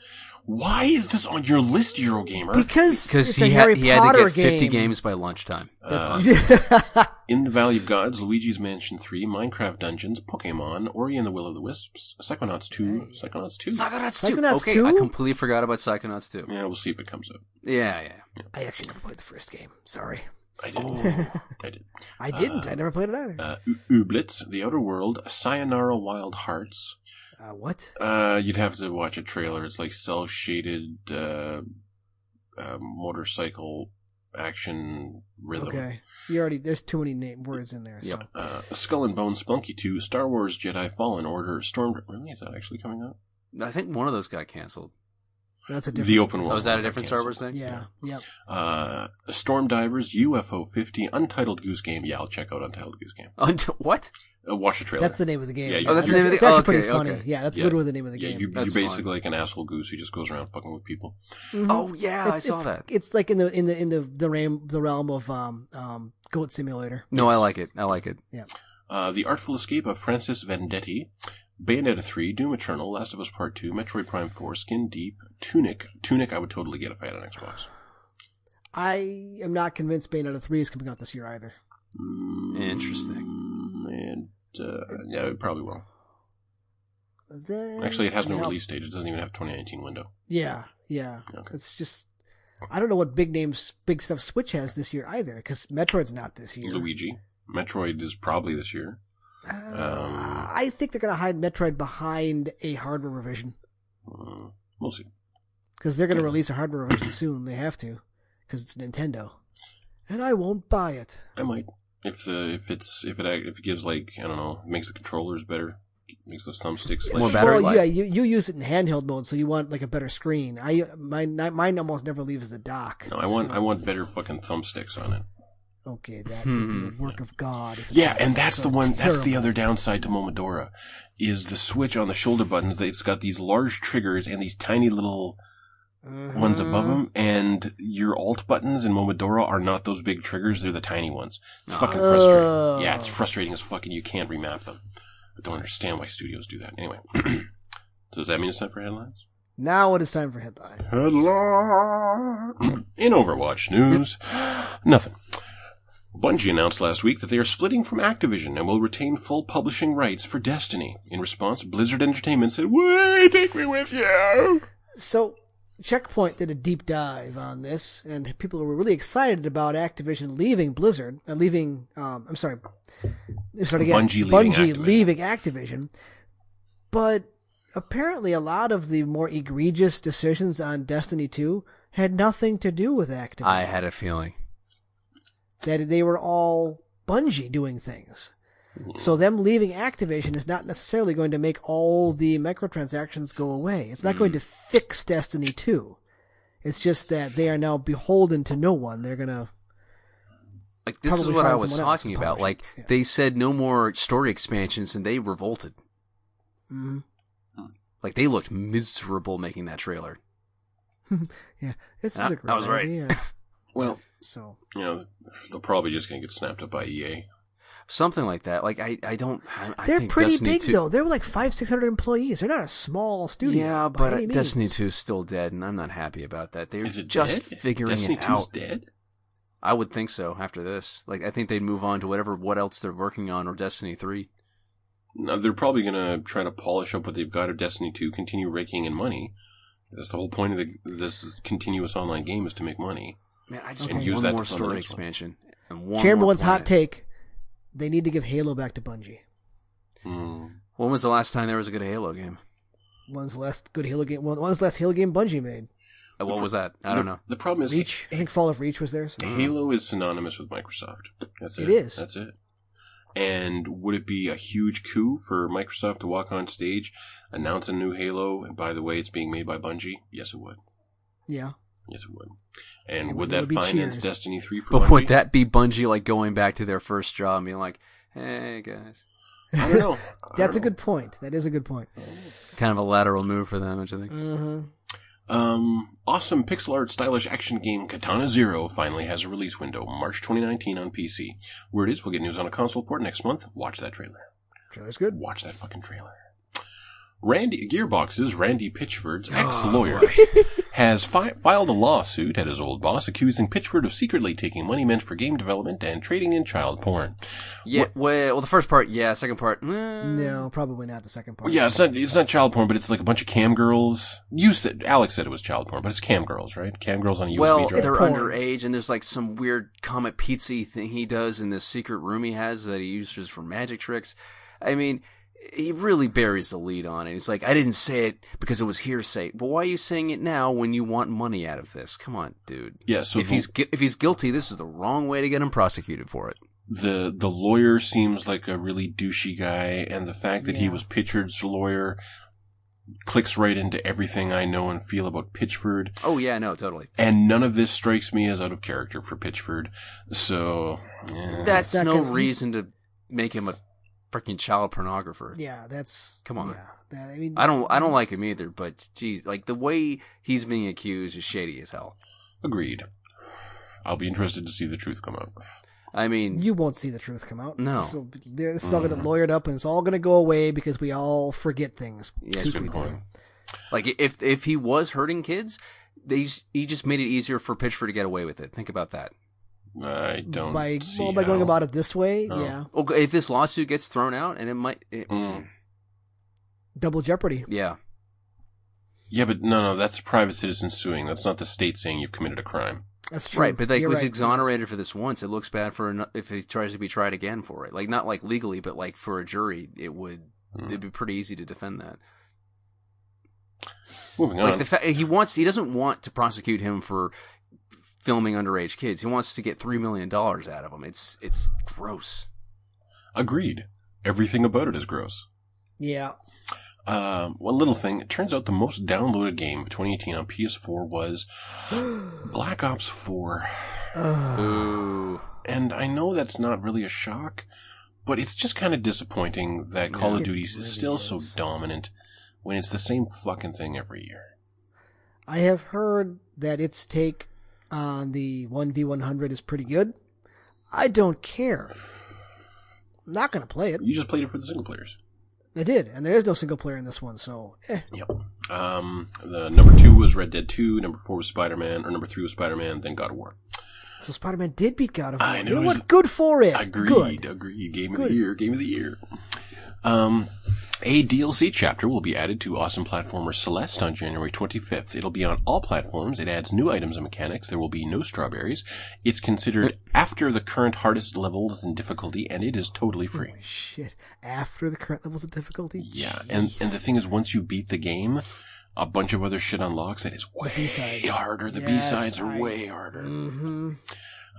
A: Why is this on your list, Eurogamer?
B: because
C: Because
B: it's a
C: he had
B: Harry
C: he had
B: Potter
C: to get fifty
B: game.
C: games by lunchtime.
A: Uh,
B: That's-
A: In the Valley of Gods, Luigi's Mansion 3, Minecraft Dungeons, Pokemon, Ori and the Will of the Wisps, Psychonauts 2, Psychonauts 2.
C: Psychonauts 2.
B: Psychonauts
C: okay,
B: 2?
C: I completely forgot about Psychonauts 2.
A: Yeah, we'll see if it comes up.
C: Yeah, yeah.
B: I actually never played the first game. Sorry,
A: I did.
C: Oh.
A: not I did.
B: I didn't. I never played it either.
A: Uh, U- Ooblets, The Outer World, Sayonara Wild Hearts,
B: Uh, what?
A: Uh, you'd have to watch a trailer. It's like cell shaded uh, uh, motorcycle action rhythm.
B: Okay, you already there's too many name words in there.
C: Yep.
B: So
A: Uh, Skull and Bones, Splunky 2, Star Wars Jedi Fallen Order, Storm. Really? Is that actually coming out?
C: I think one of those got canceled.
B: that's a different.
A: The open world.
C: Oh, is that a
A: one
C: different
A: canceled.
C: Star Wars thing?
B: Yeah. Yep.
A: Uh, Storm Divers, UFO 50, Untitled Goose Game. Yeah, I'll check out Untitled Goose Game.
C: Unt- what?
A: Uh, watch the trailer.
B: That's the name of the game.
A: Yeah, you- Oh, that's
C: the name of the-
B: It's actually
C: oh,
B: pretty
C: okay,
B: funny.
C: okay.
B: Yeah, that's
A: Yeah.
B: literally the name of the
A: yeah,
B: game.
A: you,
C: That's
A: you're basically
C: fine.
A: like an asshole goose who just goes around fucking with people.
B: Mhm.
C: Oh yeah, I
B: It's-
C: saw
B: it's-
C: that.
B: It's like in the in the in the the realm the realm of um um Goat Simulator.
C: No, I like it. I like it.
A: Uh, the Artful Escape of Francis Vendetti, Bayonetta 3, Doom Eternal, Last of Us Part 2, Metroid Prime 4, Skin Deep, Tunic. Tunic I would totally get if I had an Xbox.
B: I am not convinced Bayonetta three is coming out this year either.
C: Interesting.
A: And, uh, yeah, it probably will.
B: Then-
A: Actually, it has no
B: Yeah.
A: release date. It doesn't even have 2019 window.
B: Yeah, yeah.
A: Okay.
B: It's just I don't know what big names, big stuff Switch has this year either, because Metroid's not this year.
A: Luigi. Metroid is probably this year.
B: Uh,
A: Um,
B: I think they're gonna hide Metroid behind a hardware revision
A: Uh, we'll see.
B: because they're gonna release a hardware revision soon. They have to because it's Nintendo, and I won't buy it.
A: I might if the if it's if it act- if it gives like I don't know makes the controllers better, makes those thumbsticks
C: More
A: less.
C: battery
B: well,
C: life.
B: yeah, you, you use it in handheld mode, so you want like a better screen. I mine mine almost never leaves the dock.
A: No, I want
B: so-
A: I want better fucking thumbsticks on it.
B: Okay, that would be a
C: Hmm.
B: work of God. if
A: Yeah,
B: it's
A: and that's the
B: so
A: one. That's the
B: terrible.
A: other downside to Momodora, is the switch on the shoulder buttons. that It's got these large triggers and these tiny little ones above
B: Mhm.
A: them, and your alt buttons in Momodora are not those big triggers. They're the tiny ones. It's fucking
B: Oh.
A: frustrating. Yeah, it's frustrating as fucking. You can't remap them. I don't understand why studios do that. Anyway, does that mean it's time for headlines?
B: Now it is time for headline.
A: Headline. In Overwatch news, nothing. Bungie announced last week that they are splitting from Activision and will retain full publishing rights for Destiny. In response, Blizzard Entertainment said, "Wait, take me with you."
B: So, Checkpoint did a deep dive on this, and people were really excited about Activision leaving Blizzard, uh, leaving, um, I'm sorry, let me start again.
A: Bungie leaving
B: Bungie
A: Activision.
B: leaving Activision. But apparently, a lot of the more egregious decisions on Destiny 2 had nothing to do with Activision.
C: I had a feeling.
B: that they were all Bungie doing things. So
C: Hmm.
B: them leaving Activision is not necessarily going to make all the microtransactions go away. It's not going
C: Hmm.
B: to fix Destiny 2. It's just that they are now beholden to no one. They're gonna
C: Like this
B: Probably
C: is what I
B: find
C: was
B: someone else to
C: talking about.
B: publish.
C: Like
B: Yeah.
C: they said no more story expansions, and they revolted.
B: mm,
C: Like they looked miserable making that trailer.
B: yeah. This is
C: Ah,
B: a great
C: I was right.
B: idea.
A: Well,
B: So
A: you know, they're probably just going to get snapped up by E EA.
C: Something like that. Like I, I don't. I, I
B: they're
C: think
B: pretty
C: Destiny
B: big
C: 2
B: though. They're like five, six hundred employees. They're not a small studio.
C: yeah,
B: by
C: but
B: any means.
C: Destiny Two is still dead, and I'm not happy about that. They're
A: Is it
C: just
A: dead?
C: figuring
A: Destiny
C: it
A: 2 is
C: out.
A: dead?
C: I would think so. After this, like I think they'd move on to whatever what else they're working on or Destiny Three.
A: No, they're probably going to try to polish up what they've got of Destiny 2, continue raking in money. That's the whole point of the, this continuous online game is to make money.
C: Man, I just
B: And
C: want
A: use
C: one
A: that
C: more
A: to fund the
C: story
A: next one.
C: expansion and one
B: Chamber
C: more
B: one's hot
C: planet.
B: take. They need to give Halo back to Bungie.
A: Hmm.
C: When was the last time there was a good Halo game?
B: One's the last good Halo game. One's the last Halo game Bungie made.
C: Uh, What was that? I don't
A: The-
C: know.
A: The problem is
B: Reach. I think Fall of Reach was theirs.
A: Halo is synonymous with Microsoft. That's it.
B: It is.
A: That's it. And would it be a huge coup for Microsoft to walk on stage, announce a new Halo, and by the way, it's being made by Bungie? Yes, it would.
B: Yeah.
A: Yes, it would. And would
B: It would- it
A: that
B: would be
A: finance
B: cheers.
A: Destiny 3 for
C: But
A: Bungie?
C: would that be Bungie like going back to their first job and being like, "Hey guys,"
A: I don't know. I
B: That's a
A: don't know.
B: good point. That is a good point.
C: kind of a lateral move for them, don't you think?
B: Mm-hmm.
A: Um, awesome pixel art stylish action game Katana Zero finally has a release window, March 2019 on PC. Where it is, we'll get news on a console port next month. Watch that trailer.
B: Trailer's good.
A: Watch that fucking trailer. Randy Gearbox's Randy
C: Oh,
A: Pitchford's ex-lawyer has fi- filed a lawsuit at his old boss, accusing Pitchford of secretly taking money meant for game development and trading in child porn.
C: Yeah. Well, well, the first part, yeah. Second part, mm,
B: No, probably not the second part.
A: Well, yeah, it's not it's not child porn, but it's like a bunch of cam girls. You said Alex said it was child porn, but it's cam girls, right? Cam girls on a USB
C: Well,
A: drive.
C: they're
B: Porn.
C: underage, and there's like some weird Comet Pizza thing he does in this secret room he has that he uses for magic tricks. I mean, he really buries the lead on it. He's like, I didn't say it because it was hearsay. But why are you saying it now when you want money out of this? Come on, dude.
A: Yeah, so
C: if
A: the-
C: he's gui- if he's guilty, this is the wrong way to get him prosecuted for it.
A: the the lawyer seems like a really douchey guy, and the fact that he
B: Yeah.
A: was Pitchford's lawyer clicks right into everything I know and feel about Pitchford.
C: Oh yeah, no, totally.
A: And none of this strikes me as out of character for Pitchford. So eh.
C: That's
B: not
C: no
B: gonna- he's-
C: reason to make him a freaking child pornographer.
B: Yeah, that's
C: Come on.
B: Yeah, that, I mean,
C: I don't I don't like him either, but geez, like the way he's being accused is shady as hell.
A: agreed. I'll be interested to see the truth come out.
C: I mean,
B: You won't see the truth come out.
C: No. Mm.
B: this will, they're- this is all going to lawyered up, and it's all going to go away because we all forget things.
C: Yes,
B: Keep
C: good
B: we do.
A: point.
C: like if if he was hurting kids, they he just made it easier for Pitchford to get away with it. Think about that.
A: I don't
B: By
A: see
B: well, by going
A: how.
B: about it this way,
C: Oh.
A: No.
B: yeah,
C: Okay, if this lawsuit gets thrown out, and it might, it,
A: Mm.
B: double jeopardy.
C: yeah,
A: Yeah, but no, no, that's private citizens suing. That's not the state saying you've committed a crime.
B: That's true.
C: right. But like,
B: You're
C: was
B: right.
C: exonerated for this once. It looks bad for ano- if he tries to be tried again for it. Like not like legally, but like for a jury, it would
A: Hmm.
C: it'd be pretty easy to defend that.
A: Moving
C: Like
A: on.
C: the fact he wants, he doesn't want to prosecute him for filming underage kids. He wants to get three million dollars out of him. It's it's gross.
A: Agreed. Everything about it is gross.
B: Yeah,
A: Um, one little thing. It turns out the most downloaded game of 2018 on PS4 was Black Ops 4.
C: Ooh.
A: And I know that's not really a shock, but it's just kind of disappointing that Call of
B: It
A: Duty is
B: really
A: still so
B: is.
A: dominant when it's the same fucking thing every year.
B: I have heard that its take on the one v one hundred is pretty good. I don't care. I'm not going to play it.
A: You just played it for the single players.
B: I did, and there is no single player in this one, so eh.
A: Yep. Um, the number two was Red Dead 2, number four was Spider-Man, or number three was Spider-Man, then God of War.
B: So Spider Man did beat God of War.
A: I
B: You
A: know,
B: know
A: it was-
B: what? Good for it.
A: Agreed,
B: Good.
A: agreed. Game of
B: Good.
A: the year, game of the year. Um, a DLC chapter will be added to awesome platformer Celeste on January 25th. It'll be on all platforms. It adds new items and mechanics. There will be no strawberries. It's considered after the current hardest levels in difficulty, and it is totally free.
B: Shit. After the current levels of difficulty?
A: Yeah, and and the thing is, once you beat the game, a bunch of other shit unlocks that is way
B: B-sides.
A: harder. The
B: Yes,
A: B sides are
B: I-
A: way harder.
B: Mm-hmm.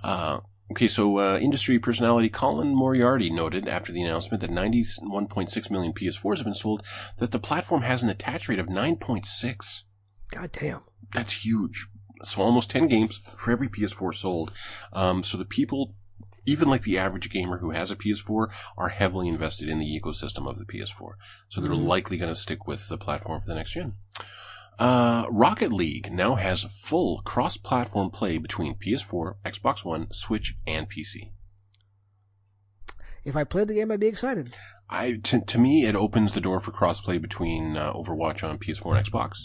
A: Uh, okay, so uh, industry personality Colin Moriarty noted after the announcement that 91.6 million PS4s have been sold that the platform has an attach rate of 9.6.
B: God damn.
A: That's huge. So almost 10 games for every PS4 sold. Um, so the people, even like the average gamer who has a PS4, are heavily invested in the ecosystem of the PS4. So they're likely going to stick with the platform for the next gen. Uh, Rocket League now has full cross-platform play between PS4, Xbox One, Switch, and PC.
B: If I played the game, I'd be excited.
A: I to, to me it opens the door for crossplay between uh, Overwatch on PS4 and Xbox,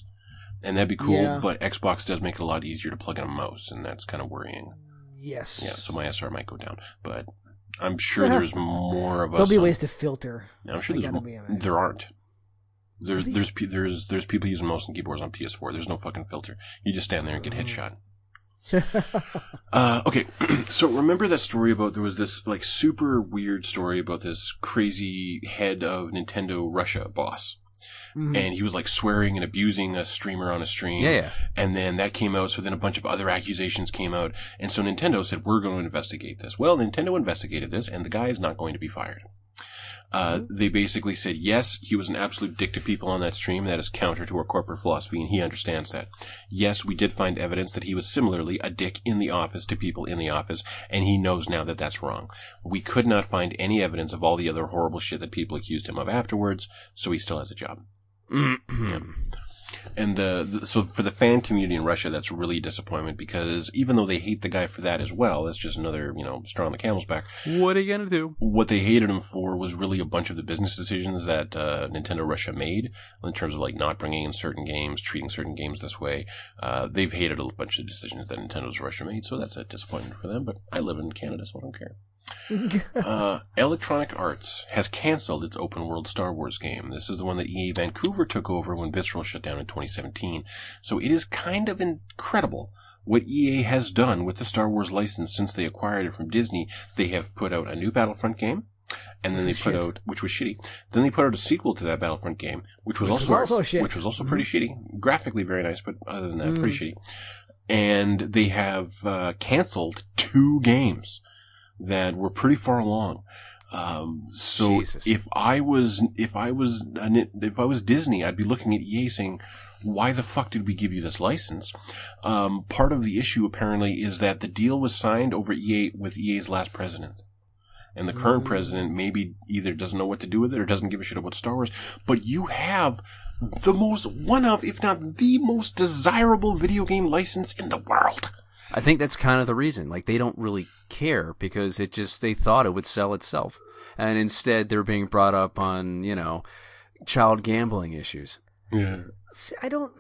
A: and that'd be cool.
B: Yeah.
A: But Xbox does make it a lot easier to plug in a mouse, and that's kind of worrying.
B: Yes.
A: Yeah, so my SR might go down, but I'm sure there's more of us.
B: There'll be
A: on-
B: ways to filter.
A: I'm sure
B: They
A: there's
B: gotta
A: mo-
B: be, man.
A: there aren't. There's
B: Really?
A: there's pe- there's there's people using mouse and keyboards on PS4. There's no fucking filter. You just stand there and get
B: Mm.
A: headshot. Uh, okay, so remember that story about there was this like super weird story about this crazy head of Nintendo Russia boss,
B: Mm-hmm.
A: and he was like swearing and abusing a streamer on a stream.
C: Yeah, yeah.
A: And then that came out. So then a bunch of other accusations came out, and so Nintendo said we're going to investigate this. Well, Nintendo investigated this, and the guy is not going to be fired. Uh, they basically said, yes, he was an absolute dick to people on that stream. That is counter to our corporate philosophy, and he understands that. Yes, we did find evidence that he was similarly a dick in the office to people in the office, and he knows now that that's wrong. We could not find any evidence of all the other horrible shit that people accused him of afterwards, so he still has a job. And the, the so for the fan community in Russia, that's really a disappointment because even though they hate the guy for that as well, that's just another you know straw on the camel's back
C: What are you gonna do?
A: what they hated him for was really a bunch of the business decisions that uh, Nintendo Russia made in terms of like not bringing in certain games, treating certain games this way. Uh, they've hated a bunch of decisions that Nintendo's Russia made, so that's a disappointment for them. But I live in Canada, so I don't care. uh, Electronic Arts has canceled its open world Star Wars game. This is the one that EA Vancouver took over when Visceral shut down in 2017. So it is kind of incredible what E EA has done with the Star Wars license since they acquired it from Disney. They have put out a new Battlefront game. And then they put
B: Shit.
A: out, which was shitty. Then they put out a sequel to that Battlefront game, which was
B: Which
A: also,
B: was also shit. Mm-hmm.
A: which was also pretty shitty. Graphically very nice, but other than that, pretty
B: Mm.
A: shitty. And they have uh, canceled two games that were pretty far along. Um, so
C: Jesus.
A: if I was, if I was, an, if I was Disney, I'd be looking at EA saying, why the fuck did we give you this license? Um, part of the issue apparently is that the deal was signed over EA with EA's last president. And the current president maybe either doesn't know what to do with it or doesn't give a shit about Star Wars. But you have the most, one of, if not the most desirable video game license in the world.
C: I think that's kind of the reason. Like they don't really care because it just they thought it would sell itself, and instead they're being brought up on you know child gambling issues.
A: Yeah.
B: See, I don't,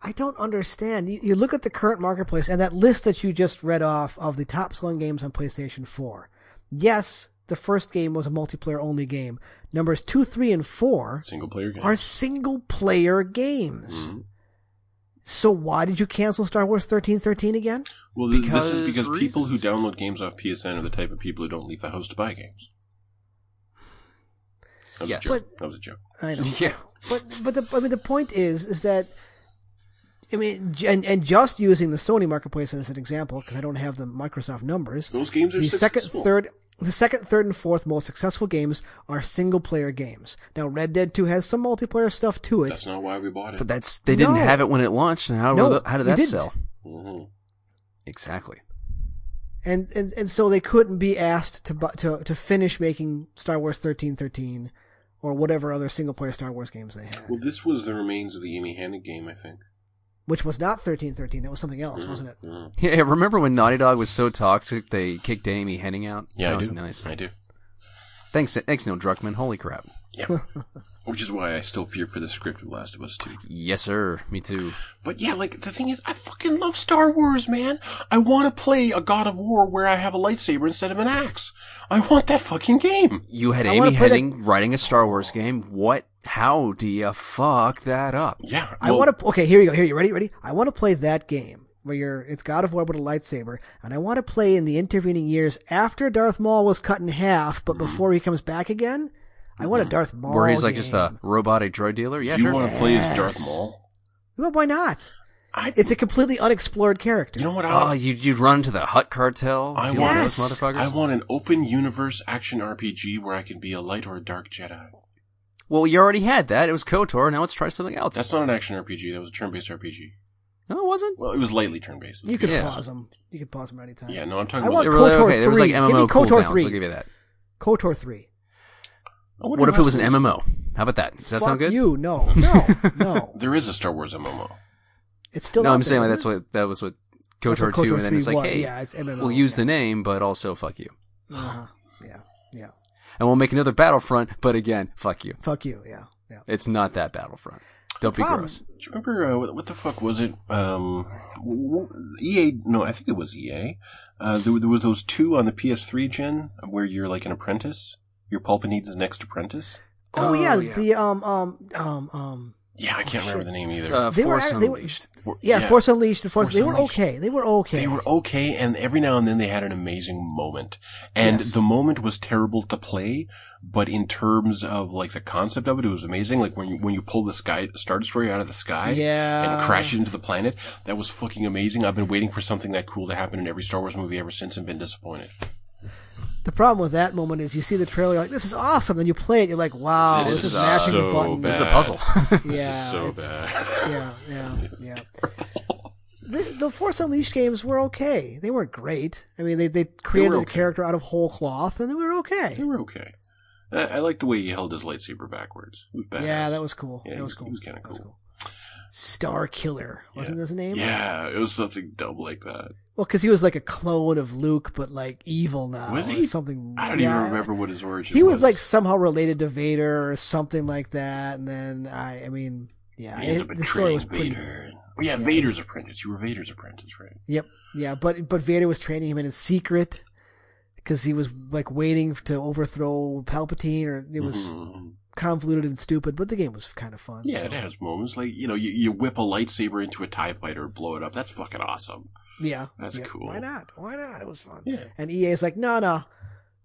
B: I don't understand. You, you look at the current marketplace and that list that you just read off of the top selling games on PlayStation 4. Yes, the first game was a multiplayer only game. Numbers two, three, and four
A: Single player game.
B: are single player
A: Mm-hmm.
B: games. So why did you cancel Star Wars thirteen thirteen again?
A: Well, th- this is
C: Because
A: because people who
C: reasons.
A: download games off PSN are the type of people who don't leave the house to buy games. That was
C: Yes.
A: a joke. that was a joke.
B: I know.
C: Yeah,
B: But but the I mean the point is is that I mean j- and and just using the Sony marketplace as an example because I don't have the Microsoft numbers.
A: Those games are
B: the second,
A: successful.
B: third, the second, third, and fourth most successful games are single-player games. Now, Red Dead Two has some multiplayer stuff to it.
A: That's not why we bought it.
C: but that's they didn't
B: No.
C: have it when it launched. And how
B: No,
C: were the- how did
B: they
C: that
B: didn't.
C: sell?
A: Mhm.
C: Exactly.
B: and and and so they couldn't be asked to bu- to to finish making Star Wars thirteen thirteen, or whatever other single-player Star Wars games they had,
A: Well, this was the remains of the Amy Hennig game, I think.
B: which was not thirteen thirteen. That was something else, wasn't it?
A: Mhm.
C: Yeah, remember when Naughty Dog was so toxic they kicked Amy Henning out?
A: Yeah,
C: that
A: I
C: was
A: do.
C: nice.
A: I do.
C: Thanks, thanks, Neil Druckmann. Holy crap!
A: Yeah. Which is why I still fear for the script of Last of Us 2.
C: Yes, sir. Me too.
A: But yeah, like, the thing is, I fucking love Star Wars, man. I want to play a God of War where I have a lightsaber instead of an axe. I want that fucking game.
C: You had
B: I
C: Amy
B: wanna play the-
C: Henning writing a Star Wars game. What? How do you fuck that up?
A: Yeah.
B: I want to. Okay, here you go. Here you ready? Ready? I want to play that game where you're. It's God of War with a lightsaber, and I want to play in the intervening years after Darth Maul was cut in half, but before he comes back again. I want a Darth Maul.
C: Mm-hmm. Where he's like
B: game.
C: just a robotic droid dealer? Yeah,
A: you
C: sure.
A: want to play as Darth Maul?
B: Well, why not?
A: I,
B: It's a completely unexplored character.
A: you know what?
C: Oh,
A: I,
C: you, you'd run into the Hut Cartel?
A: I
C: deal
A: want-
B: Yes!
C: with those motherfuckers?
A: I want an open universe action RPG where I can be a light or a dark Jedi.
C: well, you already had that. It was KOTOR. Now let's try something else.
A: That's not an action RPG. That was a turn-based RPG.
C: no, it wasn't.
A: Well, it was lightly turn-based.
B: you could
C: Yeah.
B: pause him. You could pause him at any time.
A: Yeah, no, I'm talking
B: I
A: about.
B: want
C: They were like,
B: KOTOR
C: okay, there was like
B: 3. Give me
C: MMO
B: KOTOR
C: cooldowns.
B: 3.
C: I'll give you that.
B: Kotor three.
A: I wonder
C: What if it was an
A: that's-
C: MMO? How about that? Does that
B: Fuck
C: sound good?
B: You no no no.
A: There is a Star Wars MMO.
B: It's still
C: No,
B: out
C: I'm
B: there,
C: saying
B: isn't
C: that's
B: it?
C: what that was what
B: That's
C: KOTOR
B: what
C: two,
B: KOTOR
C: and then it's
B: 3
C: like,
B: was.
C: hey,
B: Yeah, it's MMO,
C: we'll use
B: yeah.
C: the name, but also fuck you,
B: Uh-huh. Yeah yeah.
C: and we'll make another Battlefront, but again, fuck you.
B: Fuck you yeah yeah.
C: It's not that Battlefront. Don't be
B: Problem-
C: gross.
A: Do you remember uh, what, what the fuck was it? Um, w- w- EA? No, I think it was EA. Uh, there, were- there was those two on the PS3 gen where you're like an apprentice. Your Pulpa needs his next apprentice.
B: Oh,
C: Oh,
B: yeah,
C: yeah.
B: the um um um um.
A: Yeah, I can't remember the name either.
C: Uh,
B: They were
C: Force
B: act- they were-
C: Unleashed.
A: For-
B: Yeah, Force Unleashed and Force.
A: Force
B: they were
A: Unleashed.
B: okay. They were okay.
A: They were okay, and every now and then they had an amazing moment. And
B: Yes.
A: the moment was terrible to play, but in terms of like the concept of it, it was amazing. Like when you, when you pull the sky Star Destroyer out of the sky
B: Yeah.
A: and crash it into the planet, that was fucking amazing. I've been waiting for something that cool to happen in every Star Wars movie ever since and been disappointed.
B: The problem with that moment is you see the trailer, you're like this is awesome, then you play it, you're like, wow, this,
A: This
B: is,
A: is uh,
B: mashing
A: so
B: the button.
A: bad.
C: It's a puzzle.
B: yeah, it's-
A: bad.
B: Yeah, yeah, yeah. The, the Force Unleashed games were okay. They weren't great. I mean, they they created a
A: okay.
B: character out of whole cloth, and they were
A: they
B: okay.
A: were okay. I, I like the way he held his lightsaber backwards. It was badass.
B: Yeah, that was cool.
A: Yeah,
B: that
A: he
B: was
A: was-
B: cool.
A: he was kinda
B: That was
A: cool.
B: Star Killer wasn't his name.
A: Yeah, it was something dumb like that.
B: Well, because he was like a clone of Luke, but like evil now.
A: Was
B: or
A: he?
B: Something.
A: I don't
B: yeah.
A: even remember what his origin
B: He
A: was.
B: was like somehow related to Vader or something like that, and then I, I mean, yeah,
A: He ends up
B: it- the story
A: betraying
B: was pretty.
A: Vader. Yeah, Vader's apprentice. You were Vader's apprentice, right?
B: Yep, yeah, but but Vader was training him in his secret because he was like waiting to overthrow Palpatine, or it was
A: Mhm.
B: convoluted and stupid. But the game was kind of fun.
A: Yeah,
B: so-
A: it has moments like you know you, you whip a lightsaber into a Tie Fighter and blow it up. That's fucking awesome.
B: yeah,
A: That's
B: yeah.
A: cool.
B: Why not? Why not? It was fun. E
A: Yeah.
B: And EA is like, no, no,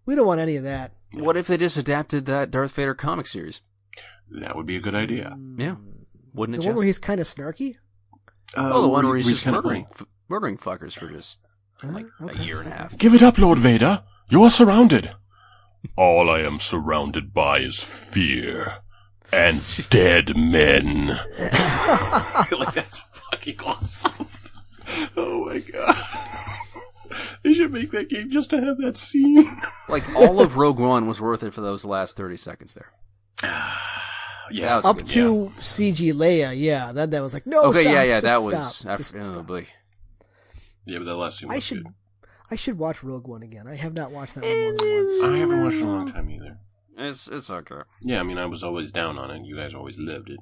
B: We don't want any of that.
C: What if they just adapted that Darth Vader comic series?
A: That would be a good idea.
C: Yeah, wouldn't it?
B: Hmm. The
C: just?
B: one where he's kind of snarky.
A: Uh,
C: oh, the one
A: we-
C: where he's
A: we
C: just
A: kind of
C: murdering,
A: going,
C: f- murdering fuckers for just like
B: Huh?
C: a
B: Uh-huh, Okay.
C: year and a half.
A: Give it up, Lord Vader. You are surrounded. All I am surrounded by is fear and dead men. like that's fucking awesome. Oh my god. They should make that game just to have that scene.
C: Like all of Rogue One was worth it for those last thirty seconds there. That
A: Yeah,
C: was-
B: Up
C: good,
B: to CG Leia, yeah. Then that was like no.
C: okay,
B: Oh, stop,
C: yeah, yeah,
B: just
C: that was.
B: stop,
C: af-
B: just
C: oh,
B: stop.
C: boy.
A: yeah, but that last scene was
B: I should,
A: good.
B: I should watch Rogue One again. I have not watched that one more than once.
A: I haven't watched it in a long time either.
C: It's it's okay.
A: Yeah, I mean, I was always down on it. You guys always loved it.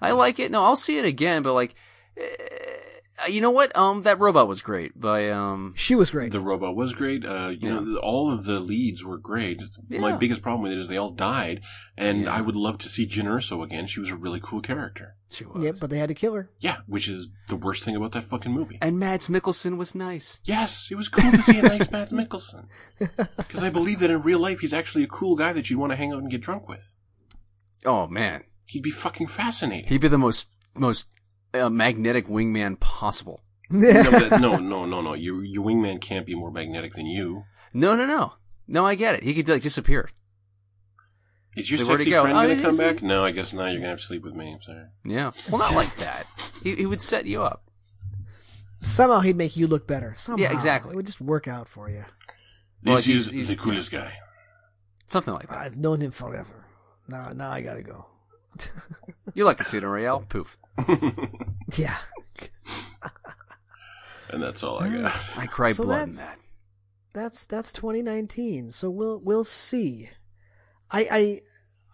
C: I like it. No, I'll see it again, but like, eh, you know what? Um, that robot was great. By um,
B: She was great.
A: The robot was great. Uh, you know,
C: Yeah.
A: th- all of the leads were great. My
C: Yeah.
A: biggest problem with it is they all died, and
C: Yeah.
A: I would love to see Jyn Erso again. She was a really cool character.
C: she was.
B: yeah, but they had to kill her.
A: Yeah, which is the worst thing about that fucking movie.
C: and Mads Mikkelsen was nice.
A: Yes, it was cool to see a nice Matt Mickelson. Because I believe that in real life, he's actually a cool guy that you'd want to hang out and get drunk with.
C: Oh man,
A: He'd be fucking fascinating.
C: he'd be the most most uh, magnetic wingman possible.
A: no, that- no, no, no, no. Your, your wingman can't be more magnetic than you.
C: No, no, no, no. I get it. He could like disappear.
A: Is your
C: Then where'd he
A: sexy
C: go?
A: friend
C: Oh,
A: going to
C: he's-
A: come back? No, I guess now you're going to have to sleep with me. I'm sorry.
C: Yeah. Well, not like that. He he would set you up.
B: Somehow he'd make you look better. Somehow.
C: exactly.
B: It would just work out for you.
C: Well,
A: This
C: he's-
A: is
C: he's-
A: the coolest guy.
C: Something like that.
B: I've known him forever. Now, now I gotta go.
C: You like Casino Royale? Poof.
B: Yeah.
A: And that's all I got.
C: I cry
B: So
C: blood in
B: that's-
C: that.
B: That's that's 2019. So we'll we'll see. I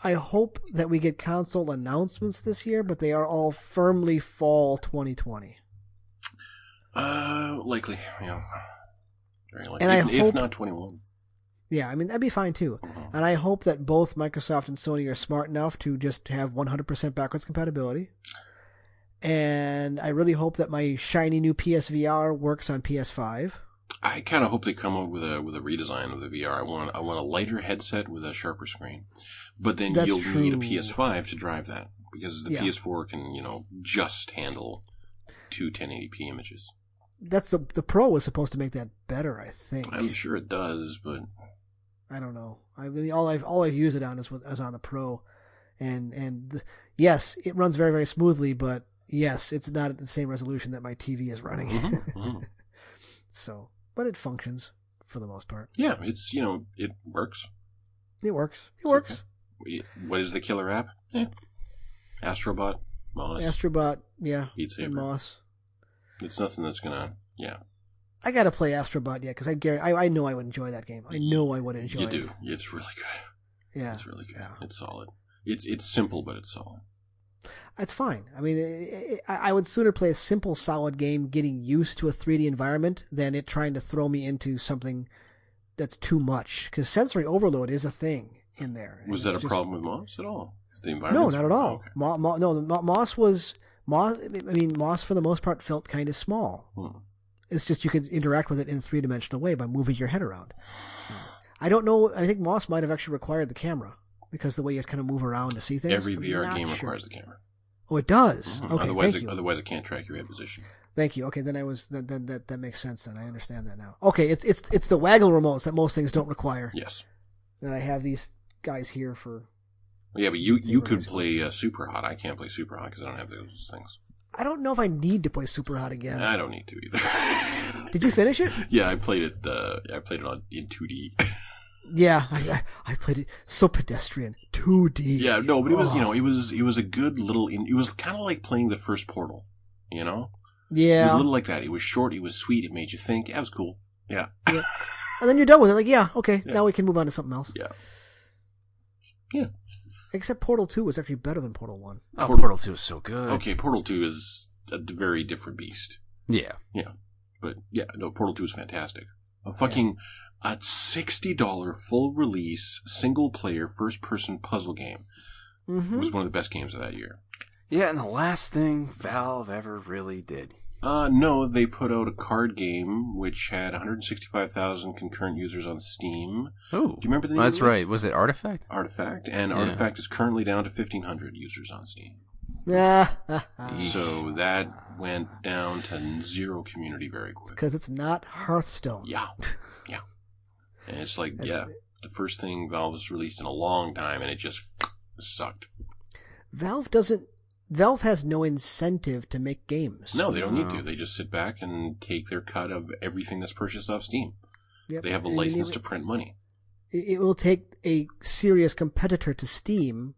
B: I I hope that we get console announcements this year, but they are all firmly fall 2020.
A: Uh, likely, yeah. Very likely.
B: And I
A: if, if
B: hope-
A: not 21.
B: Yeah, I mean that'd be fine too.
A: Mhm.
B: And I hope that both Microsoft and Sony are smart enough to just have 100% backwards compatibility. And I really hope that my shiny new PSVR works on PS5.
A: I kind of hope they come up with a with a redesign of the VR. I want I want a lighter headset with a sharper screen, but then
B: That's
A: you'll need a
B: true.
A: PS5 to drive that because the
B: Yeah.
A: PS4 can you know just handle two 1080p images.
B: That's the the Pro was supposed to make that better, I think.
A: I'm sure it does, but
B: I don't know. I mean, all I've all I've used it on is with is on the Pro, and and th- yes, it runs very very smoothly, but yes, it's not at the same resolution that my TV is running.
A: Mhm, mhm.
B: so, but it functions for the most part.
A: yeah, it's you know it works.
B: It works. It
A: It's
B: works.
A: okay. It- what is the killer app? Eh. Astrobot, Moss.
B: Astrobot, yeah,
A: Beat Saber.
B: and Moss.
A: it's nothing that's gonna yeah.
B: I gotta play Astrobot yet because I, guarantee- I I know I would enjoy that game. I know I would enjoy
A: you
B: it.
A: do. It's really good.
B: Yeah,
A: It's really good.
B: Yeah.
A: It's solid. It's it's simple, but it's solid.
B: It's fine. I mean, i i I would sooner play a simple, solid game getting used to a 3D environment than it trying to throw me into something that's too much. Because sensory overload is a thing in there. and
A: Was
B: it's
A: that a
B: just-
A: problem with Moss at all? The
B: No,
A: environment?
B: not at all.
A: Okay.
B: Mo- Mo- no, the Mo- Moss was Moss. I mean, Moss for the most part felt kind of small.
A: Hmm.
B: It's just you could interact with it in a three dimensional way by moving your head around.
A: Hmm.
B: I don't know. I think Moss might have actually required the camera because the way you kind of move around to see things.
A: Every
B: I'm
A: VR
B: not
A: game
B: sure.
A: requires the camera.
B: Oh, it does.
A: Mhm.
B: Okay,
A: otherwise,
B: thank
A: it,
B: you.
A: otherwise it can't track your head position.
B: Thank you. Okay, then I was then, then that that makes sense. Then I understand that now. Okay, it's it's it's the waggle remotes that most things don't require.
A: Yes.
B: That I have these guys here for.
A: Yeah, but you
B: They
A: you
B: were
A: could
B: nice.
A: play uh, super hot. I can't play super hot because I don't have those things.
B: I don't know if I need to play Super Hot again.
A: I don't need to either.
B: Did you finish it?
A: yeah, I played it. Uh, I played it on in 2D.
B: Yeah, I, I I played it so pedestrian, two D.
A: yeah, no, but it was you know it was it was a good little. In, it was kind of like playing the first Portal. You know, it was
B: yeah.
A: a little like that. It was short. It was sweet. It made you think. That was cool. Yeah,
B: and then you're done with it. Like, yeah, okay,
A: Yeah.
B: now we can move on to something else.
A: yeah, yeah.
B: Except Portal Two was actually better than Portal One.
C: Oh,
A: Portal-
C: Portal Two is so good.
A: Okay, Portal 2 is a d- very different beast.
C: Yeah.
A: Yeah. But yeah, no, Portal 2 is fantastic. A fucking a $60 full release single player first person puzzle game
B: Mm-hmm.
A: was one of the best games of that year.
C: Yeah, and the last thing Valve ever really did.
A: Uh, no, they put out a card game which had 165,000 concurrent users on Steam.
C: Oh,
A: Do you remember the name?
C: that's
A: of it?
C: right. Was it Artifact?
A: Artifact, and
C: Yeah.
A: Artifact is currently down to 1,500 users on Steam.
B: Because
A: So that went down to zero community very quick.
B: it's not Hearthstone.
A: Yeah. Yeah. And it's like,
B: That's
A: yeah,
B: it.
A: the first thing Valve's released in a long time, and it just sucked.
B: Valve doesn't. Valve has no incentive to make games.
A: No, they don't need to.
C: No.
A: They just sit back and take their cut of everything that's purchased off Steam.
B: Yep.
A: They have a
B: And
A: license
B: it-
A: to print money.
B: It will take a serious competitor to Steam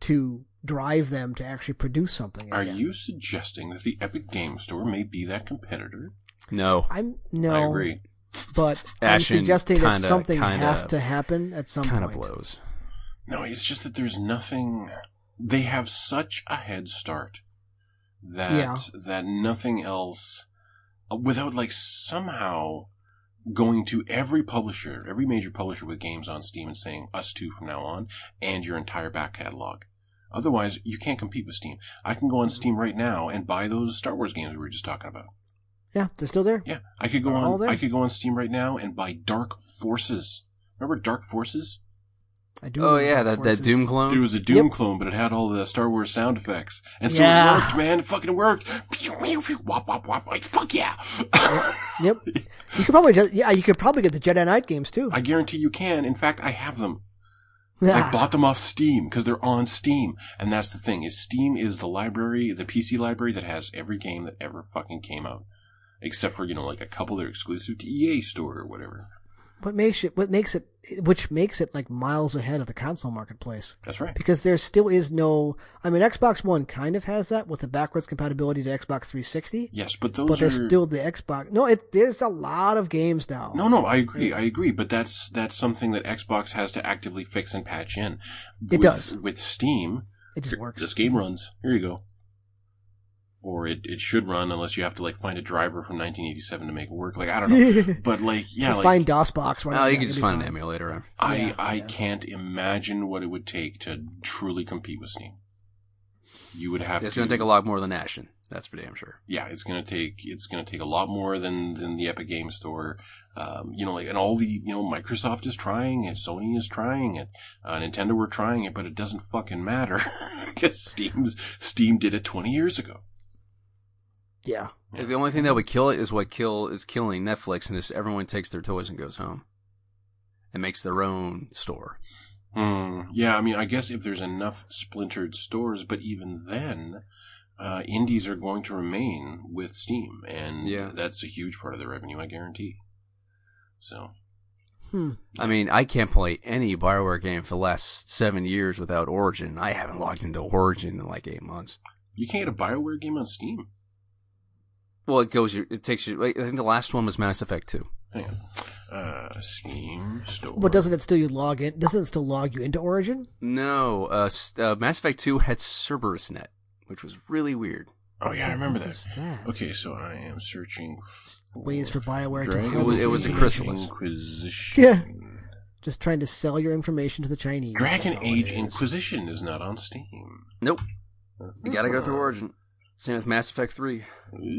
B: to drive them to actually produce something.
A: Are
B: again.
A: you suggesting that the Epic Game Store may be that competitor?
C: No.
B: I'm no.
A: I agree.
B: But I'm
C: Ashen
B: suggesting
C: kinda-
B: that something
C: kinda-
B: has to happen at some
C: Kind of
B: point.
C: blows.
A: No, it's just that there's nothing. They have such a head start that
B: Yeah.
A: that nothing else, uh, without like somehow going to every publisher, every major publisher with games on Steam and saying us two from now on, and your entire back catalog. Otherwise, you can't compete with Steam. I can go on Steam right now and buy those Star Wars games we were just talking about.
B: Yeah, they're still there.
A: Yeah, I could go
B: They're all
A: on.
B: there.
A: I could go on Steam right now and buy Dark Forces. Remember Dark Forces?
B: I do.
C: Oh
B: remember
C: yeah, that, that
B: Forces.
C: Doom clone.
A: It was a Doom
B: Yep.
A: clone, but it had all the Star Wars sound effects, and so
B: Yeah.
A: it worked, man. It fucking worked. Pew, pew, pew, wop, wop, wop. Like, fuck yeah!
B: Yep. You could probably just yeah. You could probably get the Jedi Knight games too.
A: I guarantee you can. In fact, I have them.
B: Yeah.
A: I bought them off Steam because they're on Steam, and that's the thing: is Steam is the library, the PC library that has every game that ever fucking came out, except for you know like a couple that are exclusive to EA Store or whatever.
B: What makes it? What makes it? Which makes it like miles ahead of the console marketplace
A: That's right.
B: because there still is no. I mean, Xbox One kind of has that with the backwards compatibility to Xbox 360,
A: Yes, but those
B: but
A: are
B: there's still the Xbox. No, it there's a lot of games now.
A: No, no, I agree. I agree. But that's that's something that Xbox has to actively fix and patch in. with,
B: It does.
A: with Steam.
B: it just works.
A: This game runs. Here you go. Or it, it should run unless you have to like find a driver from 1987 to make it work. Like I don't know. but like
B: If
A: yeah,
B: you
A: like,
B: find DOSBox. Right
C: Oh, you can just find an emulator.
A: I
B: yeah,
A: I
B: yeah.
A: can't imagine what it would take to truly compete with Steam. You would have
C: It's
A: to.
C: going to take a lot more than Ashen. That's for damn sure.
A: yeah, it's gonna take it's gonna take a lot more than than the Epic Game Store, um, you know, like and all the you know Microsoft is trying it, Sony is trying it, uh, Nintendo were trying it, but it doesn't fucking matter because Steam's Steam did it twenty years ago.
B: Yeah.
A: Yeah.
C: The only thing that would kill it is what kill is killing Netflix, and is everyone takes their toys and goes home, and makes their own store.
A: Hmm. Yeah, I mean, I guess if there's enough splintered stores, but even then, uh, indies are going to remain with Steam, and
C: Yeah.
A: that's a huge part of the revenue, I guarantee. So
B: Hmm.
C: I mean, I can't play any Bioware game for the last seven years without Origin. I haven't logged into Origin in like eight months.
A: you can't get a Bioware game on Steam.
C: Well, it goes. It takes you. I think the last one was Mass Effect Two.
A: Hang on. Uh, Steam store.
B: But doesn't it still you log in? Doesn't it still log you into Origin?
C: No, uh, s- uh, Mass Effect Two had Cerberus Net, which was really weird.
A: Oh yeah, I remember
B: What
A: that.
B: is that?
A: Okay, so I am searching for
B: Ways for Bioware to
A: Dragon
B: harm
C: It was- it was a
A: Age
C: chrysalis.
A: Inquisition.
B: Yeah. Just trying to sell your information to the Chinese.
A: Dragon
B: that's all
A: Age
B: it is.
A: Inquisition is not on Steam.
C: Nope, you gotta go
A: Uh-huh.
C: through Origin. Same with Mass Effect Three.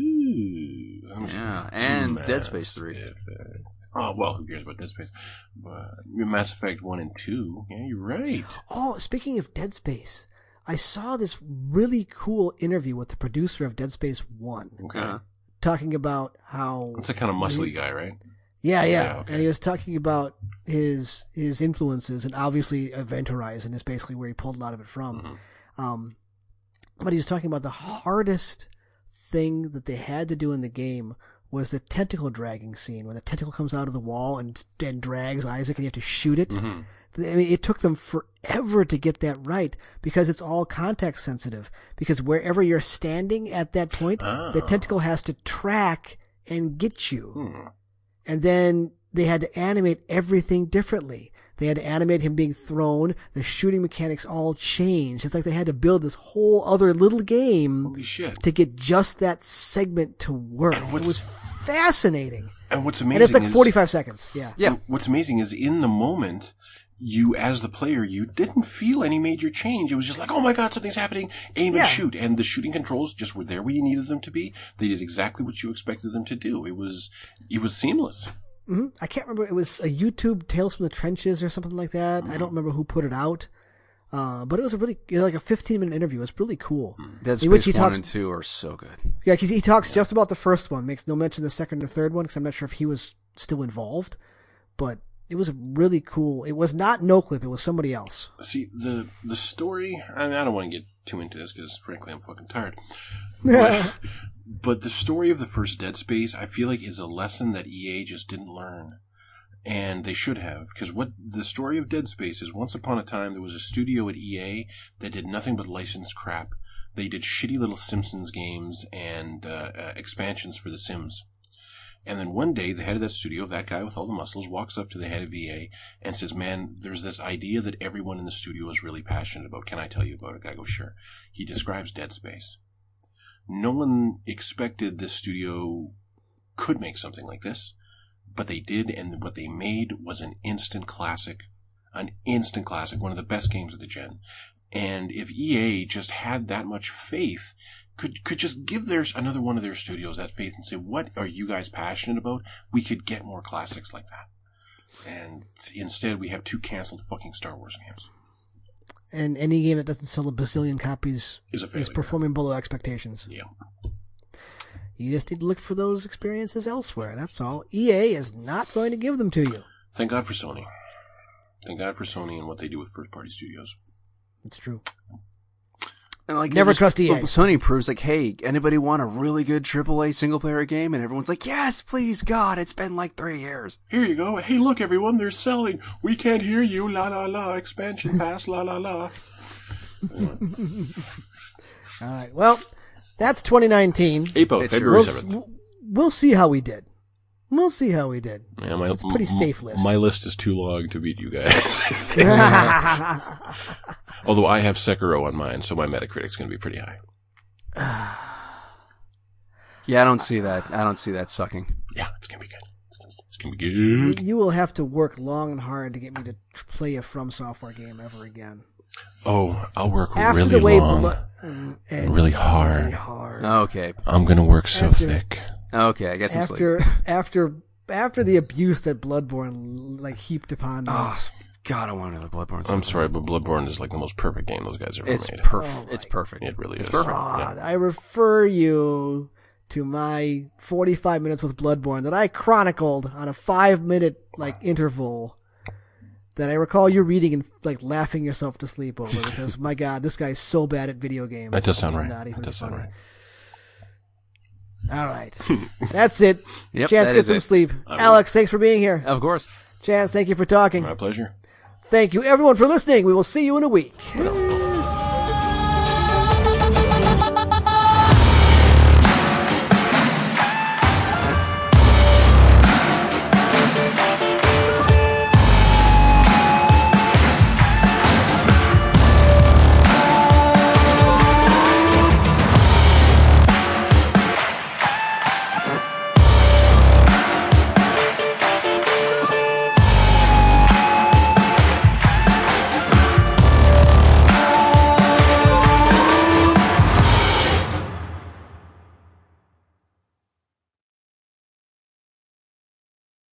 A: Ooh. I'm
C: Yeah,
A: sorry.
C: and Dead
A: Mass
C: Space 3.
A: Effect. Oh well, who cares about Dead Space? But Mass Effect one and two. Yeah, you're right.
B: Oh, speaking of Dead Space, I saw this really cool interview with the producer of Dead Space One,
A: Okay,
C: Uh-huh.
B: talking about how
A: that's the kind of muscly
B: Mm-hmm.
A: guy, right?
B: yeah, yeah,
A: Yeah, okay.
B: and he was talking about his his influences, and obviously Event Horizon is basically where he pulled a lot of it from.
A: Mm-hmm.
B: Um, but he was talking about the hardest thing that they had to do in the game was the tentacle dragging scene, when the tentacle comes out of the wall and and drags Isaac, and you have to shoot it.
A: Mm-hmm.
B: I mean, it took them forever to get that right because it's all context sensitive. Because wherever you're standing at that point, the
A: Ah.
B: tentacle has to track and get you.
A: Hmm.
B: And then they had to animate everything differently. They had to animate him being thrown. The shooting mechanics all changed. It's like they had to build this whole other little game
A: Holy shit!
B: to get just that segment to work.
A: And
B: It
A: what's-
B: was fascinating.
A: And what's amazing
B: And it's like
A: is
B: 45 seconds. Yeah.
C: Yeah,
A: What's amazing is in the moment, you as the player you didn't feel any major change it was just like oh my god something's happening aim
B: Yeah.
A: and shoot and the shooting controls just were there where you needed them to be they did exactly what you expected them to do it was it was seamless
B: hmm I can't remember. It was a YouTube Tales from the Trenches or something like that. I don't remember who put it out. Uh, but it was a really it was like a 15 minute interview. It's really cool.
C: Dead
B: In which
C: Space
B: he
C: 1
B: talks-
C: and 2 are so good.
B: Yeah, 'cause he talks just about the first one. Makes no mention of the second or third one because I'm not sure if he was still involved. But it was really cool. It was not Noclip. It was somebody else.
A: see the the story i, mean, I don't want to get too into this because frankly i'm fucking tired but the story of the first Dead Space, I feel like, is a lesson that EA just didn't learn. And they should have, because what the story of Dead Space is once upon a time there was a studio at EA that did nothing but license crap. They did shitty little Simpsons games and uh, uh, expansions for The Sims. And then one day, the head of that studio, that guy with all the muscles, walks up to the head of EA and says, Man, there's this idea that everyone in the studio is really passionate about. Can I tell you about it? I go, Sure. He describes Dead Space no one expected this studio could make something like this, but they did, and what they made was an instant classic. An instant classic, one of the best games of the gen. And if EA just had that much faith, could could just give theirs another one of their studios that faith and say, "What are you guys passionate about? We could get more classics like that." And instead, we have two canceled fucking Star Wars games.
B: And any game that doesn't sell a bazillion copies
A: Is a
B: is
A: failure.
B: performing below expectations.
A: Yeah.
B: You just need to look for those experiences elsewhere. That's all. EA is not going to give them to you.
A: Thank God for Sony. Thank God for Sony and what they do with first party studios.
B: It's true.
C: And like
B: Never
C: it
B: trust EA.
C: Sony proves like, hey, anybody want a really good AAA single player game? And everyone's like, yes, please, God, it's been like three years.
A: Here you go. Hey, look, everyone, they're selling. We can't hear you. La la la. Expansion pass. La la la.
B: All right. Well, that's 2019.
A: Apo,
C: It's
A: February
B: We'll,
C: yours.
A: 7th.
B: we'll see how we did. We'll see how we did.
A: Yeah, my,
B: It's a pretty safe list.
A: My list is too long to beat you guys. Although I have Sekiro on mine, so my Metacritic's going to be pretty high.
C: Yeah, I don't see that. I don't see that sucking.
A: Yeah, it's going to be good. It's gonna- It's going to be good.
B: you will have to work long and hard to get me to t- play a From Software game ever again.
A: Oh, I'll work
B: After
A: really
B: the way
A: long
B: Blo- and,
A: and really hard.
B: hard.
C: Okay,
A: I'm going to work so
B: After-
A: thick.
C: okay, I get some
B: after
C: sleep.
B: after after the abuse that Bloodborne like heaped upon me.
C: Oh God, I want another Bloodborne.
A: I'm
C: sometime.
A: sorry, but Bloodborne is like the most perfect game those guys ever
C: It's
A: made.
C: perfect.
B: Oh
C: it's
B: my
C: perfect.
A: It really
C: It's
A: is.
C: perfect.
B: God, I refer you to my 45 minutes with Bloodborne that I chronicled on a five minute like interval that I recall you reading and like laughing yourself to sleep over because my God, this guy's so bad at video games.
A: That does sound
B: It's
A: right.
B: Not even
A: That does sound
B: funny.
A: right.
B: All right, that's it.
C: Yep,
B: Chance,
C: that
B: get
C: is
B: some
C: it.
B: sleep.
A: I will.
B: Alex, thanks for being here.
C: Of course.
B: Chance, thank you for talking.
A: My pleasure.
B: Thank you everyone for listening. We will see you in a week.
A: But, um,